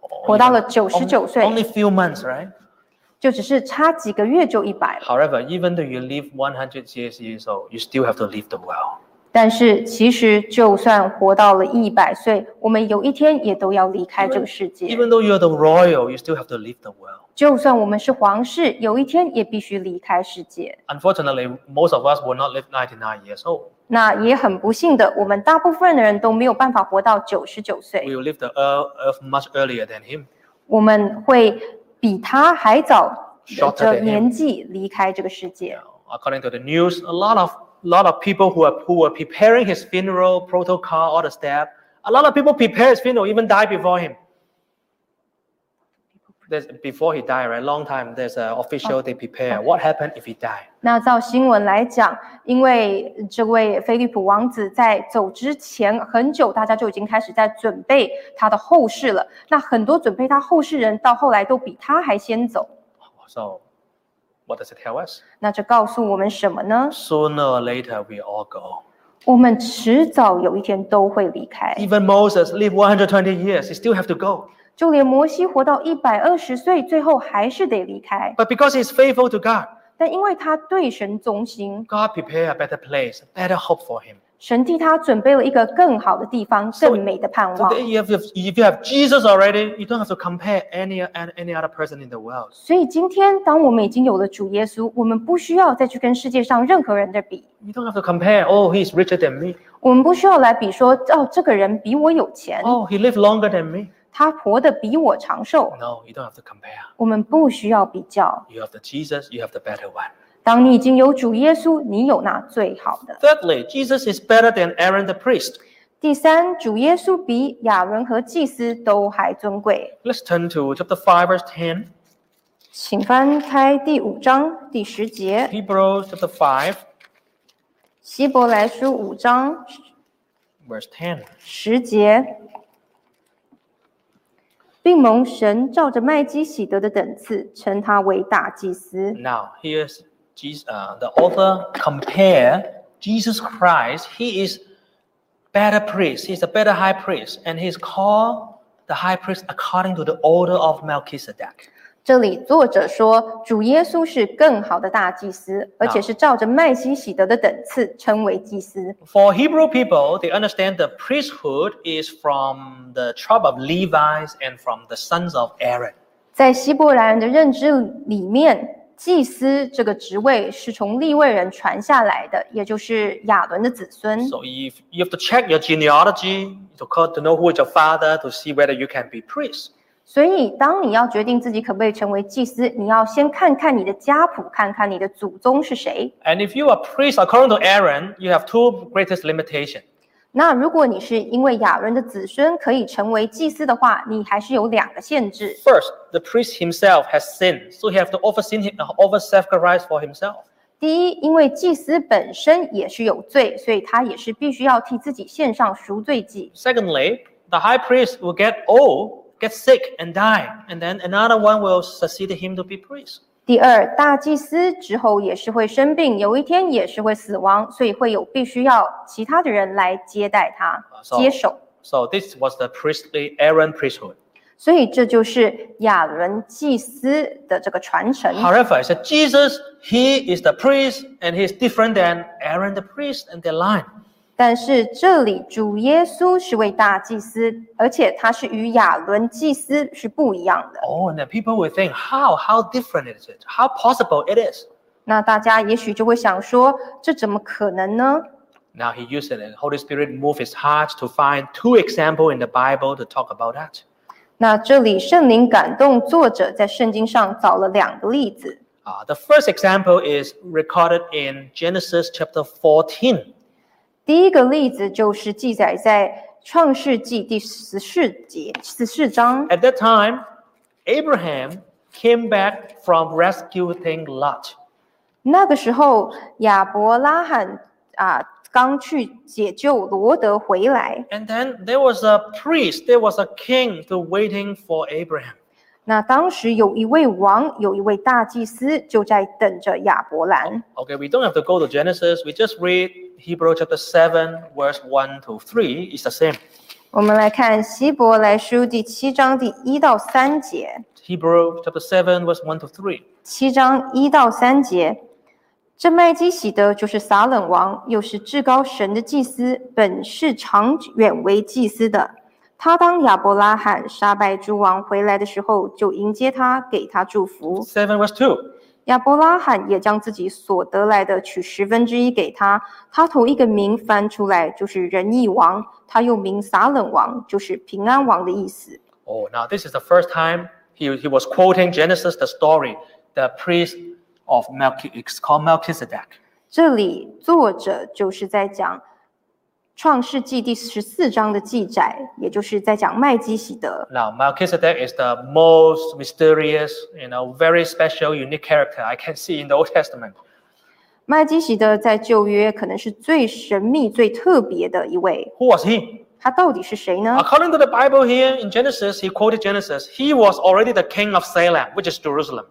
B: 活到了
A: Only-
B: 99
A: only-
B: 岁。
A: Only few months, right?
B: 就只是差几个月就一百了。
A: However, even though you live 100 years, years old, you still have to live the world.
B: 但是其实，就算活到了一百岁，我们有一天也都要离开这个世界。
A: Even though you're the royal, you still have to live the world.
B: 就算我们是皇室，有一天也必须离开世界。
A: Unfortunately, most of us will not live 99 years old.
B: 那也很不幸的，我们大部分的人都没有办法活到九十九岁。
A: We will leave the ear- earth much earlier than him.
B: 我们会比他还早
A: Shorter
B: 的
A: than him.
B: 年纪离开这个世界。
A: According to the news, a lot of lot of people who are who were preparing his funeral protocol, all the staff, a lot of people prepare his funeral, even die before him. There's, before he died, right? Long time. There's an official they prepare. What happened if he died?
B: 那照新闻来讲，因为这位菲利普王子在走之前很久，大家就已经开始在准备他的后事了。那很多准备他后事人到后来都比他还先走。
A: So, what does it tell us?
B: 那这告诉我们什么呢？
A: Sooner or later, we all go.
B: 我们迟早有一天都会离开。
A: Even Moses lived 120 years. He still have to go.
B: 就连摩西活到一百二十岁，最后还是得离开。
A: But because he's faithful to God,
B: 但因为他对神忠心，
A: God prepared a better place, a better hope for him.
B: 神替他准备了一个更好的地方，
A: So-
B: 更美的盼望。
A: Today, you have, if you have Jesus already, you don't have to compare any any other person in the world.
B: 所以今天，当我们已经有了主耶稣，我们不需要再去跟世界上任何人的比，
A: You don't have to compare. Oh, he's richer than me.
B: 我们不需要来比说，哦，这个人比我有钱，
A: Oh, he lived longer than me.
B: 他活得比我长寿。
A: No, you don't have to compare.
B: 我们不需要比较。
A: You have the Jesus, you have the better one.
B: 当你已经有主耶稣，你有那最好的。
A: Thirdly, Jesus is better than Aaron the priest.
B: 第三，主耶稣比亚伦和祭司都还尊贵。
A: Let's turn to chapter 5, verse 10.
B: 请翻开第五章第十节，
A: Hebrews chapter 5,
B: 希伯来书五章
A: verse 10.
B: 十节，并蒙神照着麦基喜德的等次，称他为大祭司。
A: Now, here's Jesus, uh, the author compare Jesus Christ. He is better priest. He's a better high priest, and he's called the high priest according to the order of Melchizedek.
B: 这里作者说，主耶稣是更好的大祭司，而且是照着麦基喜德的等次称为祭司。
A: For Hebrew people, they understand the priesthood is from the tribe of Levites and from the sons of Aaron.
B: 在希伯来人的认知里面，祭司这个职位是从立位人传下来的，也就是亚伦的子孙。
A: So if you have to check your genealogy to, co- to know who is your father to see whether you can be priest.
B: 所以，当你要决定自己可不可以成为祭司，你要先看看你的家谱，看看你的祖宗是谁。
A: And if you are priest according to Aaron, you have two greatest limitation.
B: 那如果你是因为亚伦的子孙可以成为祭司的话，你还是有两个限制。
A: First, the priest himself has sinned, so he have to offer sin, offer sacrifice for himself.
B: 第一，因为祭司本身也是有罪，所以他也是必须要替自己献上赎罪祭。
A: Secondly, the high priest will get old, get sick, and die, and then another one will succeed him to be priest.
B: 第二，大祭司之后也是会生病，有一天也是会死亡，所以会有必须要其他的人来接待他、
A: So-
B: 接手。
A: So this was the priestly Aaron priesthood.
B: 所以这就是亚伦祭司的这个传承。
A: However, it's Jesus, he is the priest, and he's different than Aaron the priest and their line.
B: 但是这里主耶稣是位大祭司，而且他是与亚伦祭司是不一样的。
A: Oh, and then people will think, how, how different is it? How possible it is?
B: 那大家也许就会想说，这怎么可能呢？
A: Now he used it, and Holy Spirit moved his heart to find two examples in the Bible to talk about that.
B: 那这里圣灵感动作者在圣经上找了两个例子。
A: Uh, the first example is recorded in Genesis chapter 14.
B: 第一个例子就是记载在创世纪第十四节十四章。
A: At that time, Abraham came back from rescuing Lot.
B: 那个时候，亚伯拉罕啊刚去解救罗德回来。
A: And then there was a priest, there was a king to waiting for Abraham.
B: 那当时有一位王，有一位大祭司就在等着亚伯兰。
A: Okay, we don't have to go to Genesis. We just read Hebrew chapter 7, verse 1 to 3. It's the same.
B: 我们来看希伯来书第七章第一到三节。
A: Hebrew chapter 7, verse 1 to 3.
B: 七章一到三节，这麦基喜德就是撒冷王，又是至高神的祭司，本是长远为祭司的。他当亚伯拉罕杀败诸王回来的时候，就迎接他，给他祝福。
A: 7, verse 2.
B: 亚伯拉罕也将自己所得来的取十分之一给他，他头一个名翻出来就是仁义王，他又名撒冷王，就是平安王的意思。
A: Oh, now this is the first time he, he was quoting Genesis, the story, the priest of Melchizedek, it's called Melchizedek.
B: 这里作者就是在讲《创世纪》第十四章的记载，也就是在讲麦基喜德。
A: Now, Melchizedek is the most mysterious, you know, very special, unique character I can see in the Old Testament.
B: 麦基喜德在旧约可能是最神秘、最特别的一位，
A: Who was he?
B: 他到底是谁呢？
A: According to the Bible here in Genesis, he quoted Genesis, he was already the king of Salem, which is Jerusalem,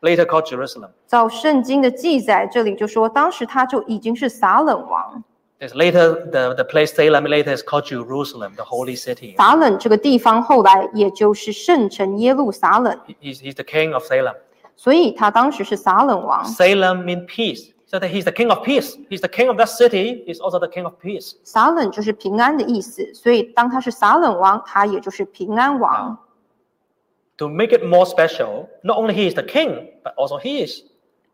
A: later called Jerusalem.
B: 照圣经的记载，这里就说当时他就已经是撒冷王。
A: There's later the, the place Salem later is called Jerusalem, the holy city.
B: 撒冷这个地方后来也就是圣城耶路撒冷，
A: He's, he's the king of Salem.
B: 所以他当时是撒冷王。
A: Salem means peace. So that he's the king of peace. He's the king of that city. He's also the king of peace.
B: 撒冷就是平安的意思，所以当他是撒冷王，他也就是平安王。
A: To make it more special, not only he is the king, but also he is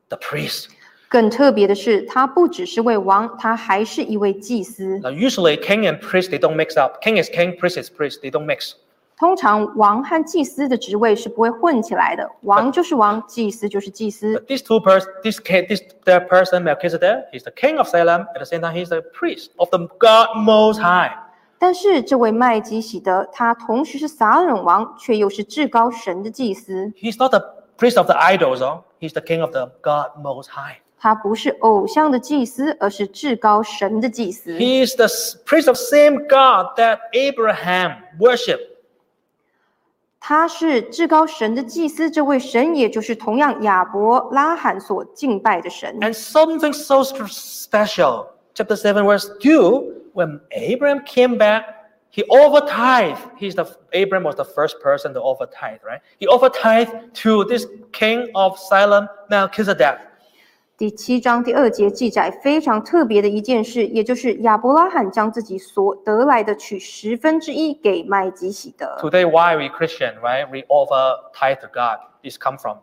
A: the priest.
B: 更特别的是，他不只是位王，他还是一位祭司。
A: Now, usually king and priest they don't mix up. King is king, priest is priest. They don't mix.
B: 通常王和祭司的职位是不会混起来的，王就是王，祭司就是祭司
A: But。these two person, this ca- this the person Melchizedek, he's the king of Salem. At the same time, he's the priest of the God Most High.
B: 但是这位麦基喜德，他同时是撒冷王，却又是至高神的祭司。
A: He's not the priest of the idols. Oh, he's the king of the God Most High.
B: 他不是偶像的祭司，而是至高神的祭司。
A: He is the s- priest of same God that Abraham worshipped.
B: 他是至高神的祭司，这位神也就是同样亚伯拉罕所敬拜的神。
A: And something so st- special, chapter 7, verse 2, when Abraham came back, he offered tithe. He's the Abraham was the first person to offer tithe, right? He offered tithe to this king of Salem, Melchizedek.
B: 第七章第二节记载非常特别的一件事，也就是亚伯拉罕将自己所得来的取十分之一给麦基喜德。
A: Today, why we Christian, right? We offer tithe to God. This come from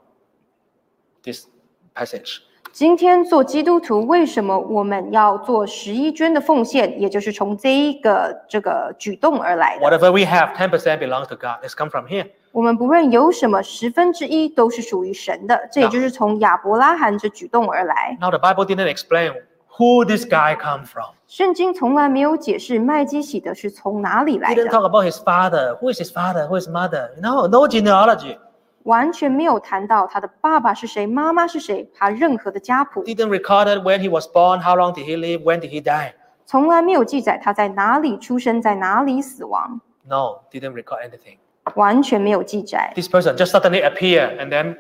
A: this passage.
B: 今天做基督徒，为什么我们要做十一捐的奉献？也就是从这一个这个举动而来的。
A: Whatever we have, 10% belongs to God. It's come from here.
B: 我们不论有什么，十分之一都是属于神的，这也就是从亚伯拉罕这举动而来。
A: Now the Bible didn't explain who this guy come from.
B: 圣经从来没有解释麦基喜德是从哪里来
A: He didn't
B: 的，
A: talk about his father. Who is his father? Who is his mother? No, no genealogy.
B: 完全没有谈到他的爸爸是谁，妈妈是谁，他任何的家谱，
A: Didn't record it when he was born. How long did he live? When did he die?
B: 从来没有记载他在哪里出生，在哪里死亡，
A: No, didn't record anything.
B: 完全没有记载，
A: This person just suddenly appeared, and then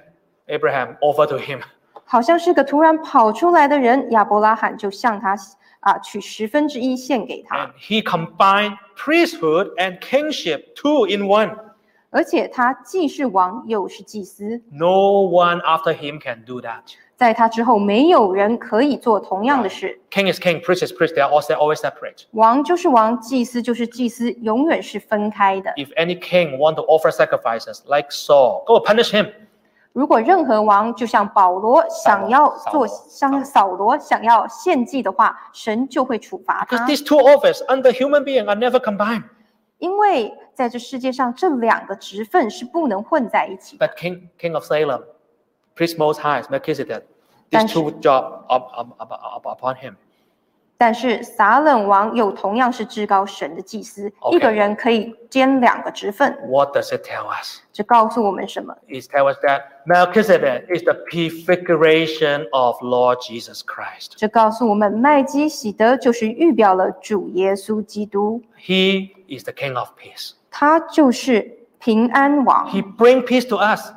A: Abraham offered to him.
B: 好像是个突然跑出来的人。亚伯拉罕就向他啊取十分之一献给他
A: And，he combined priesthood and kingship two in one.
B: 而且他既是王又是祭司，
A: No one after him can do that.
B: 在他之后没有人可以做同样的事。
A: King is king, priest is priest. They are all se- always separate.
B: 王就是王，祭司就是祭司，永远是分开的。
A: If any king want to offer sacrifices like Saul, go punish him.
B: 如果任何王就像保罗想要做
A: 扫罗
B: 像扫罗想要献祭的话，神就会处罚
A: Because
B: 他，
A: these two offices under human being are never combined.
B: 因为在这世界上这两个职分是不能混在一起的。
A: But King King of Salem, priest most high, Melchizedek, these
B: 但是-
A: two job up, up, up, up- upon him.
B: 但是撒冷王又同样是至高神的祭司
A: OK
B: 一个人可以兼两个职分，
A: What does it tell us?
B: 这告诉我们什么？
A: It tells us that Melchizedek is the prefiguration of Lord Jesus Christ.
B: 这告诉我们，麦基喜德就是预表了主耶稣基督，
A: He is the King of peace.
B: 他就是平安王，
A: He bring peace to us.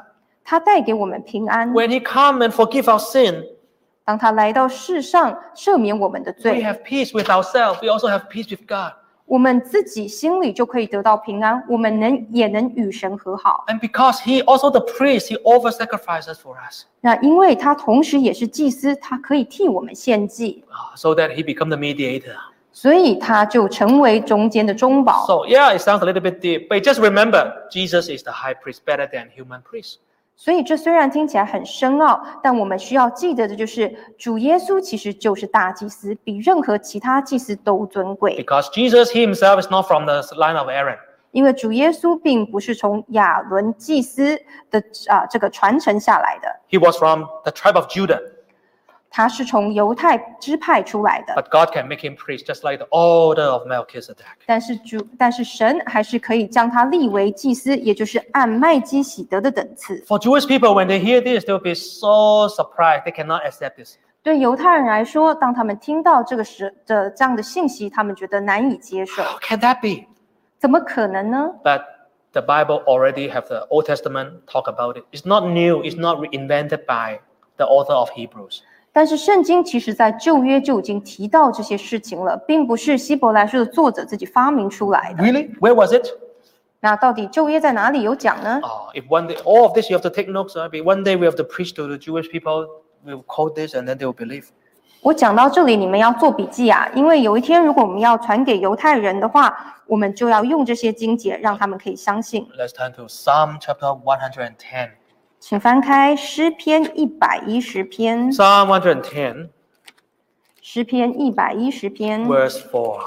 B: 他带给我们平安。
A: When he come and forgive our sin,
B: 当他来到世上，赦免我们的
A: we
B: 罪，
A: have peace with ourselves. We also have peace with God.
B: 我们自己心里就可以得到平安，我们能也能与神和好。
A: And because he also the priest, he offers sacrifices for us.
B: 那因为他同时也是祭司，他可以替我们献祭，
A: uh, So that he become the mediator.
B: 所以他就成为中间的中保。
A: So yeah, it sounds a little bit deep, but just remember, Jesus is the high priest, better than human priest.
B: 所以这虽然听起来很深奥，但我们需要记得的就是，主耶稣其实就是大祭司，比任何其他祭司都尊贵。
A: Because Jesus he himself is not from the line of Aaron.
B: 因为主耶稣并不是从亚伦祭司的啊、这个传承下来的，
A: He was from the tribe of Judah,
B: 他是从犹太支派出来的。
A: but God can make him priest, just like the order of Melchizedek.
B: 但是主，但是神还是可以将他立为祭司，也就是按麦基喜德的等次。
A: For Jewish people, when they hear this, they'll be so surprised. They cannot accept this.
B: 对犹太人来说，当他们听到这个时的这样的信息，他们觉得难以接受，
A: How can that be?
B: 怎么可能呢？
A: But the Bible already have the Old Testament talk about it. It's not new. It's not reinvented by the author of Hebrews.
B: 但是圣经其实在旧约就已经提到这些事情了，并不是希伯来书的作者自己发明出来的。
A: Really? Where was it?
B: 那到底旧约在哪里有讲呢？
A: Oh, if one day, all of this, you have to take notes. Right? But One day we have to preach to the Jewish people. We'll quote this and then they will believe.
B: 我讲到这里，你们要做笔记啊，因为有一天如果我们要传给犹太人的话，我们就要用这些经节，让他们可以相信。
A: Let's turn to Psalm chapter 110.
B: 请翻开诗篇一百一十篇，
A: Psalm 110,
B: 诗篇一百一十篇
A: verse 4.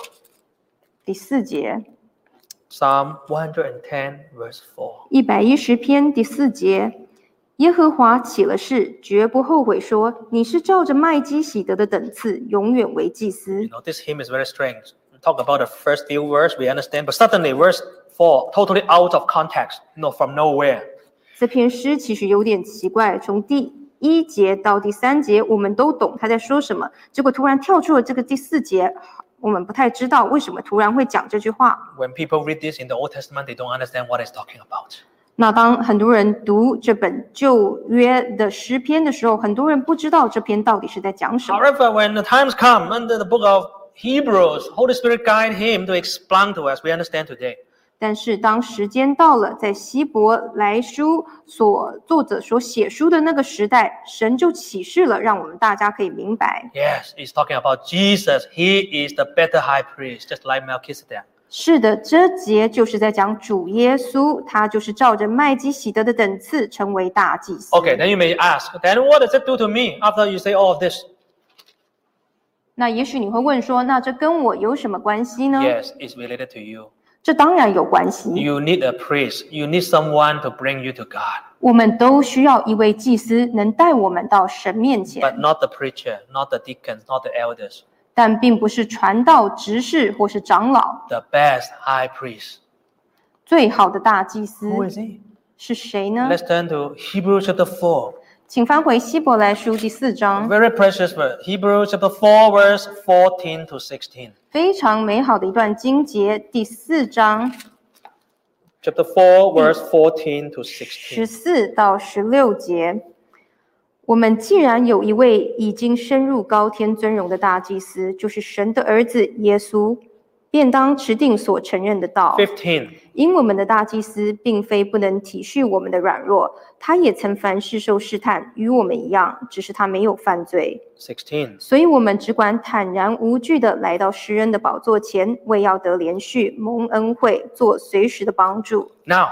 B: 第四节，
A: Psalm 110, verse 4.
B: 一百一十篇第四节，耶和华起了誓，绝不后悔说，你是照着麦基喜德的等次，永远为祭司
A: You。know, this hymn is very strange. We talk about the first few words, we understand, but suddenly verse 4, totally out of context, no, from nowhere.
B: 这篇诗其实有点奇怪，从第一节到第三节我们都懂他在说什么，结果突然跳出了这个第四节，我们不太知道为什么突然会讲这句话。
A: When people read this in the Old Testament, they don't understand what it's talking about.
B: 那当很多人读这本旧约的诗篇的时候，很多人不知道这篇到底是在讲什么。
A: However, when the times come under the book of Hebrews, Holy Spirit guide him to explain to us, we understand today.
B: 但是当时间到了，在希伯来书所作者所写书的那个时代，神就启示了，让我们大家可以明白，
A: Yes, he's talking about Jesus. He is the better high priest, just like Melchizedek.
B: 是的，这节就是在讲主耶稣，他就是照着麦基喜德的等次成为大祭司。
A: Okay, then you may ask, then what does it do to me after you say all of this?
B: 那也许你会问说，那这跟我有什么关系呢
A: Yes, it's related to you.
B: 这当然有关系，
A: You need a priest. You need someone to bring you to God,
B: 我们都需要一位祭司能带我们到神面前
A: but not the preacher, not the deacons, not the elders.
B: 但并不是传道、执事或是长老。
A: The best high priest.
B: 最好的大祭司
A: Who is he?
B: 是谁呢？
A: Let's turn to Hebrews chapter 4.
B: 请翻回希伯来书第四章，
A: Mm-hmm. Very precious word. Hebrews chapter 4, verse 14 to 16.
B: 非常美好的一段经节，第四章
A: Chapter 4, verse 14 to
B: 十
A: 16.
B: 四到十六节。我们既然有一位已经深入高天尊荣的大祭司，就是神的儿子耶稣，便当持定所承认的道。
A: 15.
B: 因我们的大祭司并非不能体恤我们的软弱，他也曾凡事受试探，与我们一样，只是他没有犯罪。
A: 16.
B: 所以，我们只管坦然无惧地来到施恩的宝座前，为要得连续蒙恩惠，做随时的帮助。
A: Now,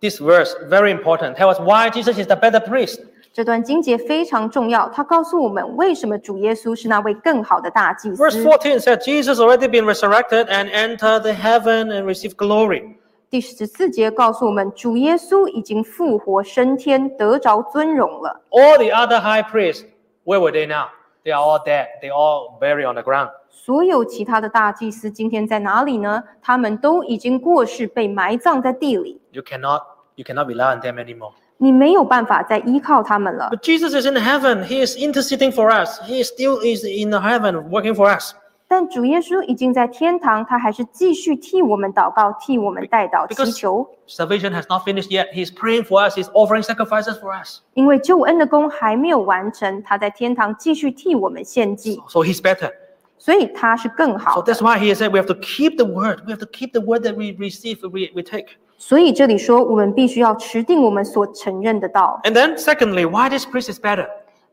A: this verse very important. Tell us why Jesus is the better priest.
B: 这段经节非常重要，它告诉我们为什么主耶稣是那位更好的大祭
A: Verse
B: 司。
A: 14 said Jesus already been resurrected and entered the heaven and received glory.
B: 第十四节告诉我们，主耶稣已经复活升天，得着尊荣了。
A: All the other high priests, where were they now? They are all dead. They all buried on the ground.
B: 所有其他的大祭司今天在哪里呢？他们都已经过世，被埋葬在地里。
A: You cannot you cannot rely on them anymore.
B: 你没有办法再依靠他们了。
A: But Jesus is in heaven. He is interceding for us. He is still is in heaven working for us.
B: 但主耶稣已经在天堂，他还是继续替我们祷告，替我们代祷
A: Because-
B: 祈求，
A: Salvation has not finished yet. He's praying for us. He's offering sacrifices for us.
B: 因为救恩的功还没有完成，他在天堂继续替我们献祭，
A: So he's better.
B: 所以他是更
A: So
B: 好的。
A: that's why he said we have to keep the word. We have to keep the word that we receive, we, we take.
B: 所以这里说，我们必须要持定我们所承认的道。
A: And then, secondly, why this priest is better?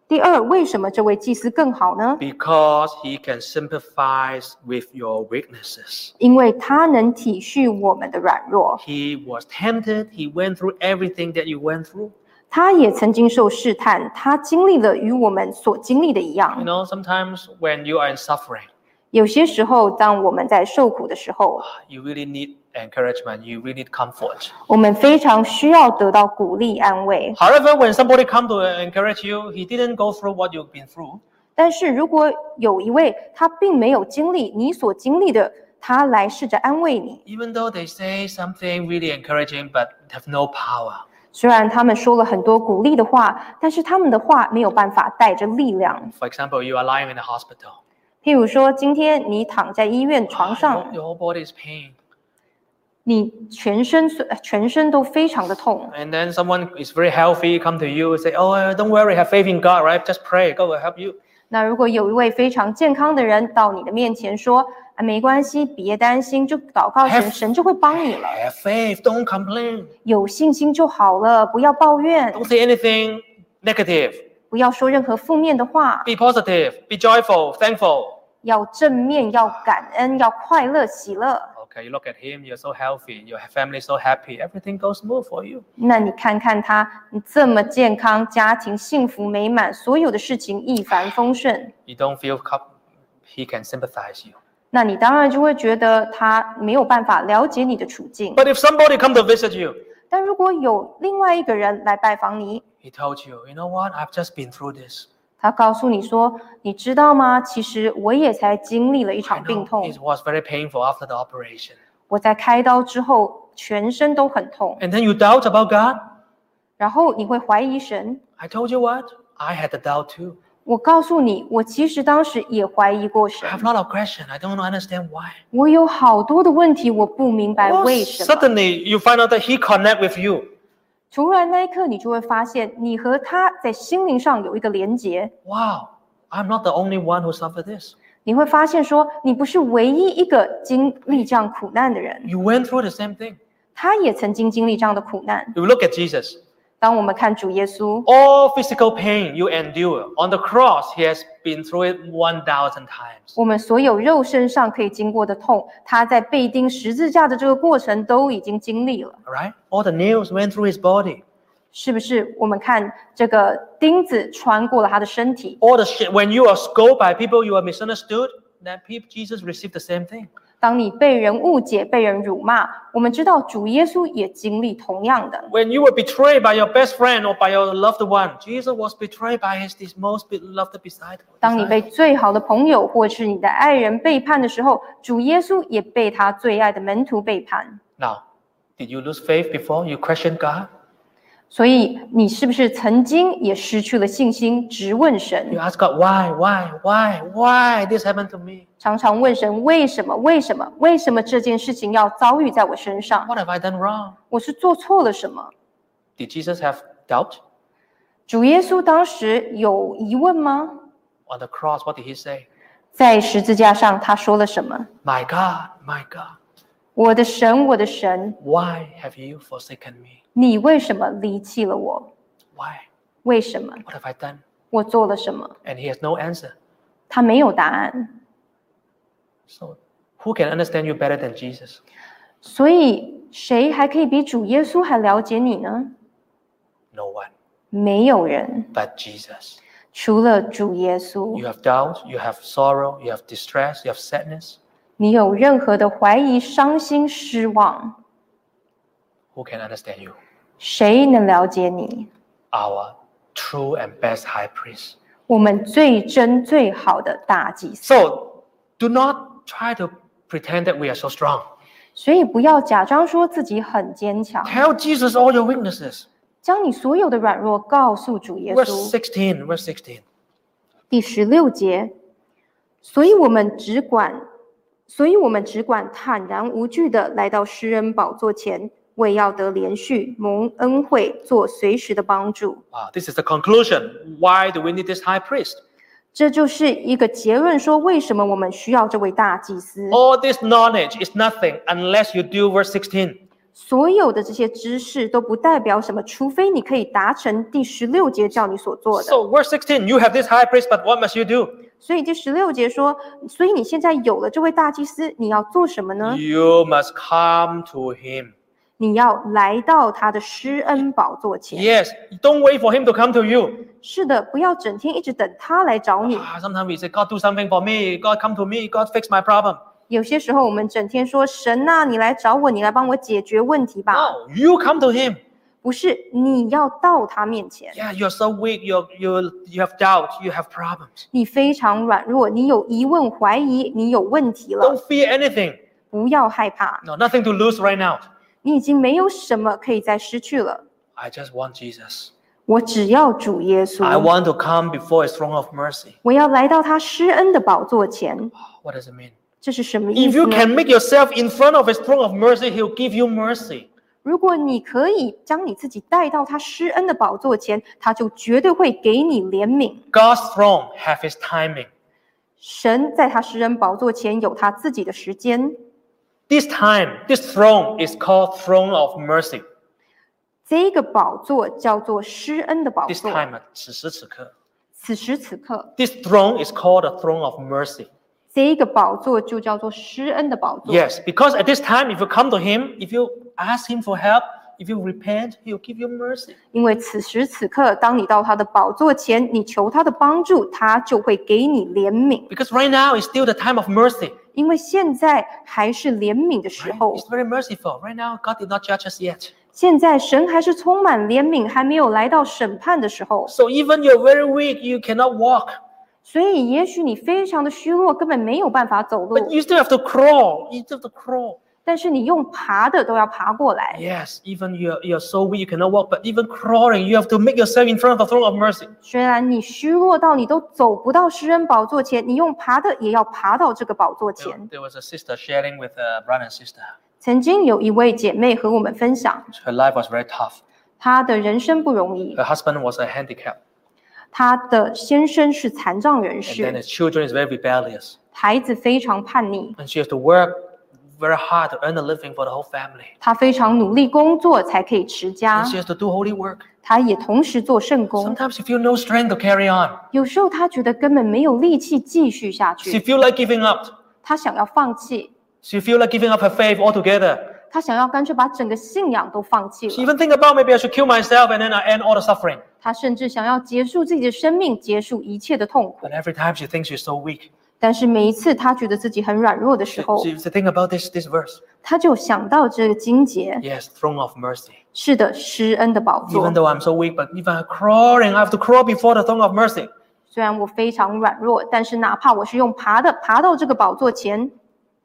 B: 第二，为什么这位祭司更好呢？
A: Because he can sympathize with your weaknesses.
B: 因为他能体恤我们的软弱，
A: He was tempted. He went through everything that you went through.
B: 他也曾经受试探，他经历了与我们所经历的一
A: You
B: 样。
A: know, sometimes when you are in suffering,
B: 有些时候，当我们在受苦的时候，
A: you really need encouragement. You really need comfort.
B: 我们非常需要得到鼓励安慰。
A: However, when somebody come to uh, encourage you, he didn't go through what you've been through.
B: 但是如果有一位他并没有经历你所经历的，他来试着安慰你，
A: Even though they say something really encouraging, but have no power.
B: 虽然他们说了很多鼓励的话，但是他们的话没有办法带着力量。
A: For example, you are lying in the hospital.
B: 譬如说，今天你躺在医院床
A: Your,
B: 上，
A: your whole body is pain.
B: 你全身酸全身都非常的痛，
A: And then someone is very healthy come to you and say, "Oh, uh, don't worry, have faith in God, right? Just pray, God will help you."
B: 那如果有一位非常健康的人到你的面前说：“啊，没关系，别担心，就祷告神，
A: Have-
B: 神就会帮你了，
A: Have faith. Don't complain.
B: 有信心就好了，不要抱怨，
A: Don't say anything negative.
B: 不要说任何负面的话，
A: Be positive. Be joyful, thankful.
B: 要正面，要感恩，要快乐喜乐。
A: Oh, Okay, you look at him, you're so healthy, your family so happy, everything goes smooth for you.
B: 那你看看他，你这么健康，家庭幸福美满，所有的事情一帆风顺，
A: You don't feel cup- he can sympathize you.
B: 那你当然就会觉得他没有办法了解你的处境。
A: But if somebody come to visit you,
B: 但如果有另外一个人来拜访你，
A: he told you, you know what? I've just been through this.
B: 他告诉你说：“你知道吗？其实我也才经历了一
A: I
B: 场病
A: know
B: 痛
A: it，was very painful after the operation.
B: 我在开刀之后全身都很痛。
A: And then you doubt about God. ”
B: 然后你会怀疑神。
A: I told you what? I had the doubt too.
B: 我告诉你，我其实当时也怀疑过
A: I
B: 神，
A: have a lot of questions. I don't understand why.
B: 我有好多的问题，我不明白
A: Well,
B: 为什么。
A: suddenly you find out that he connect with you.
B: 突然那一刻，你就会发现，你和他在心灵上有一个连结。
A: Wow, I'm not the only one who suffered this.
B: 你会发现说，你不是唯一一个经历这样苦难的人，
A: You went through the same thing.
B: 他也曾经经历这样的苦难。
A: You look at Jesus.
B: 当我们看主耶稣，
A: All physical pain you endure on the cross, he has been through it 1,000 times.
B: 我们所有肉身上可以经过的痛，他在被钉十字架的这个过程都已经经历了，
A: All right? All the nails went through his body.
B: 是不是？我们看这个钉子穿过了他的身体，
A: All the shit, when you are scolded by people, you are misunderstood, then people, Jesus received the same thing.
B: 当你被人误解、被人辱骂，我们知道主耶稣也经历同样的。
A: When you were betrayed by your best friend or by your loved one, Jesus was betrayed by his this most beloved disciple.
B: 当你被最好的朋友或是你的爱人背叛的时候，主耶稣也被他最爱的门徒背叛。
A: Now, did you lose faith before you questioned God?
B: 所以，你是不是曾经也失去了信心，直问
A: You
B: 神，
A: ask God, why, why, why, why this happened to me?
B: 常常问神为什么？为什么？为什么这件事情要遭遇在我身上？
A: What have I done wrong?
B: 我是做错了什么？
A: Did Jesus have doubt?
B: 主耶稣当时有疑问吗？
A: On the cross, what did he say?
B: 在十字架上，他说了什么？
A: My God, my God,
B: 我的神，我的神，
A: why have you forsaken me?
B: 你为什么离弃了我？
A: Why?
B: 为什么？
A: What have I done?
B: 我做了什么？
A: And he has no answer.
B: 他没有答案。
A: So, who can understand you better than Jesus?
B: 所以，谁还可以比主耶稣还了解你呢？
A: No one
B: 没有人，
A: but Jesus.
B: 除了主耶稣
A: You。have doubt, you have sorrow, you have distress, you have sadness.
B: 你有任何的怀疑、伤心、失望，
A: Who can understand you?
B: 谁能了解你？
A: Our true and best high priest.
B: 我们最真、最好的大祭司。
A: So, do not try to pretend that we are so strong.
B: 所以，不要假装说自己很坚强，
A: Tell Jesus all your weaknesses.
B: 将你所有的软弱告诉主耶
A: Verse
B: 稣。
A: 16, verse 16.
B: 第十六节，所以我们只管，所以我们只管坦然无惧的来到施恩宝座前，为要得连续蒙恩惠，做随时的帮助。
A: Wow, Ah, this is the conclusion. Why do we need this high priest?
B: 这就是一个结论，说为什么我们需要这位大祭司。
A: All this knowledge is nothing unless you do verse 16.
B: 所有的这些知识都不代表什么，除非你可以达成第十六节叫你所做的。
A: So, verse 16, you have this high priest, but what must you do?
B: 所以第十六节说，所以你现在有了这位大祭司，你要做什么呢？
A: You must come to him.
B: 你要来到他的施恩宝座前。
A: Yes, don't wait for him to come to you.
B: 是的，不要整天一直等他来找你。
A: Ah, sometimes we say, God, do something for me. God, come to me. God, fix my problem.
B: 有些时候我们整天说神呐、你来找我，你来帮我解决问题吧。
A: No, you come to him.
B: 不是，你要到他面前。
A: Yeah, you're so weak. You're, you're, you have doubt. You have problems.
B: 你非常软弱，你有疑问、怀疑，你有问题了，
A: Don't fear anything.
B: 不要害怕，
A: No, nothing to lose right now.
B: 你已经没有什么可以再失去了。
A: I just want Jesus.
B: 我只要主耶
A: I
B: 稣，
A: want to come before his throne of mercy.
B: 我要来到他施恩的宝座前，
A: What does it mean?
B: 这是什么意
A: If you
B: 思呢？
A: can make yourself in front of his throne of mercy, he'll give you mercy.
B: 如果你可以将你自己带到他施恩的宝座前，他就绝对会给你怜悯。
A: God's throne have his timing.
B: 神在他施恩宝座前有他自己的时间，
A: This time, this throne is called throne of mercy.
B: 这个宝座叫做施恩的宝
A: This
B: 座。
A: time, 此时此刻.
B: 此时此刻，
A: This throne is called the throne of mercy.
B: 这一个宝座就叫做施恩的宝座。
A: Yes, because at this time, if you come to Him, if you ask Him for help, if you repent, He'll give you mercy.
B: 因为此时此刻，当你到他的宝座前，你求他的帮助，他就会给你怜悯。
A: Because right now is still the time of mercy.
B: 因为现在还是怜悯的时
A: right?
B: 候，
A: It's very merciful. Right now, God did not judge us yet.
B: 现在神还是充满怜悯，还没有来到审判的时候。
A: So even you're very weak, you cannot walk,
B: 所以，也许你非常的虚弱，根本没有办法走
A: but
B: 路，
A: you still have to crawl. You still have to crawl.
B: 但是你用爬的都要爬过来。
A: Yes, even you're, you're so weak, you cannot walk, but even crawling, you have to make yourself in front of the throne of mercy.
B: 虽然你虚弱到你都走不到施恩宝座前，你用爬的也要爬到这个宝座
A: There,
B: 前。
A: there was a sister sharing with a brother and sister.
B: 曾经有一位姐妹和我们分享，
A: Her life was very tough.
B: 她的人生不容易，
A: Her husband was a handicap,
B: 她的先生是残障人
A: and then
B: 士，
A: his children is very rebellious.
B: 孩子非常叛逆，
A: and she has to work very hard to earn a living for the whole family.
B: 她非常努力工作才可以持家
A: And，she has to do holy work.
B: 她也同时做圣工。
A: Sometimes she feel no strength to carry on.
B: 有时候她觉得根本没有力气继续下
A: She
B: 去，
A: feel like giving up.
B: 她想要放弃，
A: She feel like giving up her faith altogether.
B: 她想要干脆把整个信仰都放弃
A: She
B: 了。
A: even think about maybe I should kill myself and then I end all the suffering.
B: 她甚至想要结束自己的生命，结束一切的痛苦。
A: And every time she thinks she's so weak,
B: 但是每一次她觉得自己很软弱的时
A: she,
B: 候，
A: she used to think about this this verse.
B: 她就想到这个经节：
A: Yes, throne of mercy.
B: 是的，施恩的宝座
A: Even。though I'm so weak, but even I'm crawling, I have to crawl before the throne of mercy.
B: 虽然我非常软弱，但是哪怕我是用爬的爬到这个宝座前，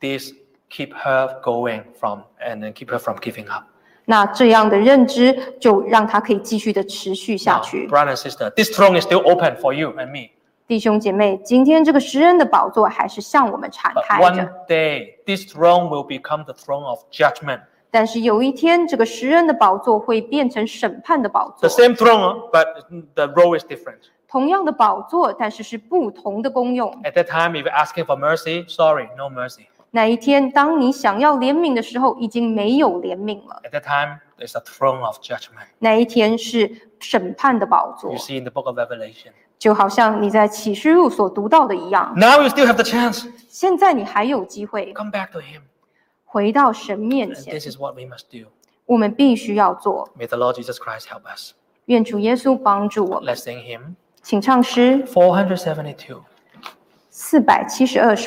A: This keep her going from and then keep her from giving up.
B: 那这样的认知就让他可以继续的持续下
A: Now,
B: 去。
A: brother and sister, this throne is still open for you and me.
B: 弟兄姐妹，今天这个施恩的宝座还是向我们敞
A: But
B: 开
A: 呃 one
B: 着，
A: day, this throne will become the throne of judgment.
B: 但是有一天，这个施恩的宝座会变成审判的宝
A: The
B: 座。
A: same throne, uh, but the role is different.
B: 同样的宝座，但是是不同的功用。
A: At that time, if you're asking for mercy, sorry, no mercy.
B: 那一天，当你想要怜悯的时候，已经没有怜悯了。
A: At that time, there's a throne of judgment.
B: 那一天是审判的宝座
A: You，see in the book of Revelation.
B: 就好像你在启示录所读到的一样。
A: Now you still have the chance.
B: 现在你还有机会
A: Come back to Him.
B: 回到神面
A: And
B: 前
A: this，is what we must do.
B: 我们必须要做。
A: May the Lord Jesus Christ help us.
B: 愿主耶稣帮助我们。
A: Let's sing Him.
B: 请唱诗
A: 472.
B: 四百七十二首。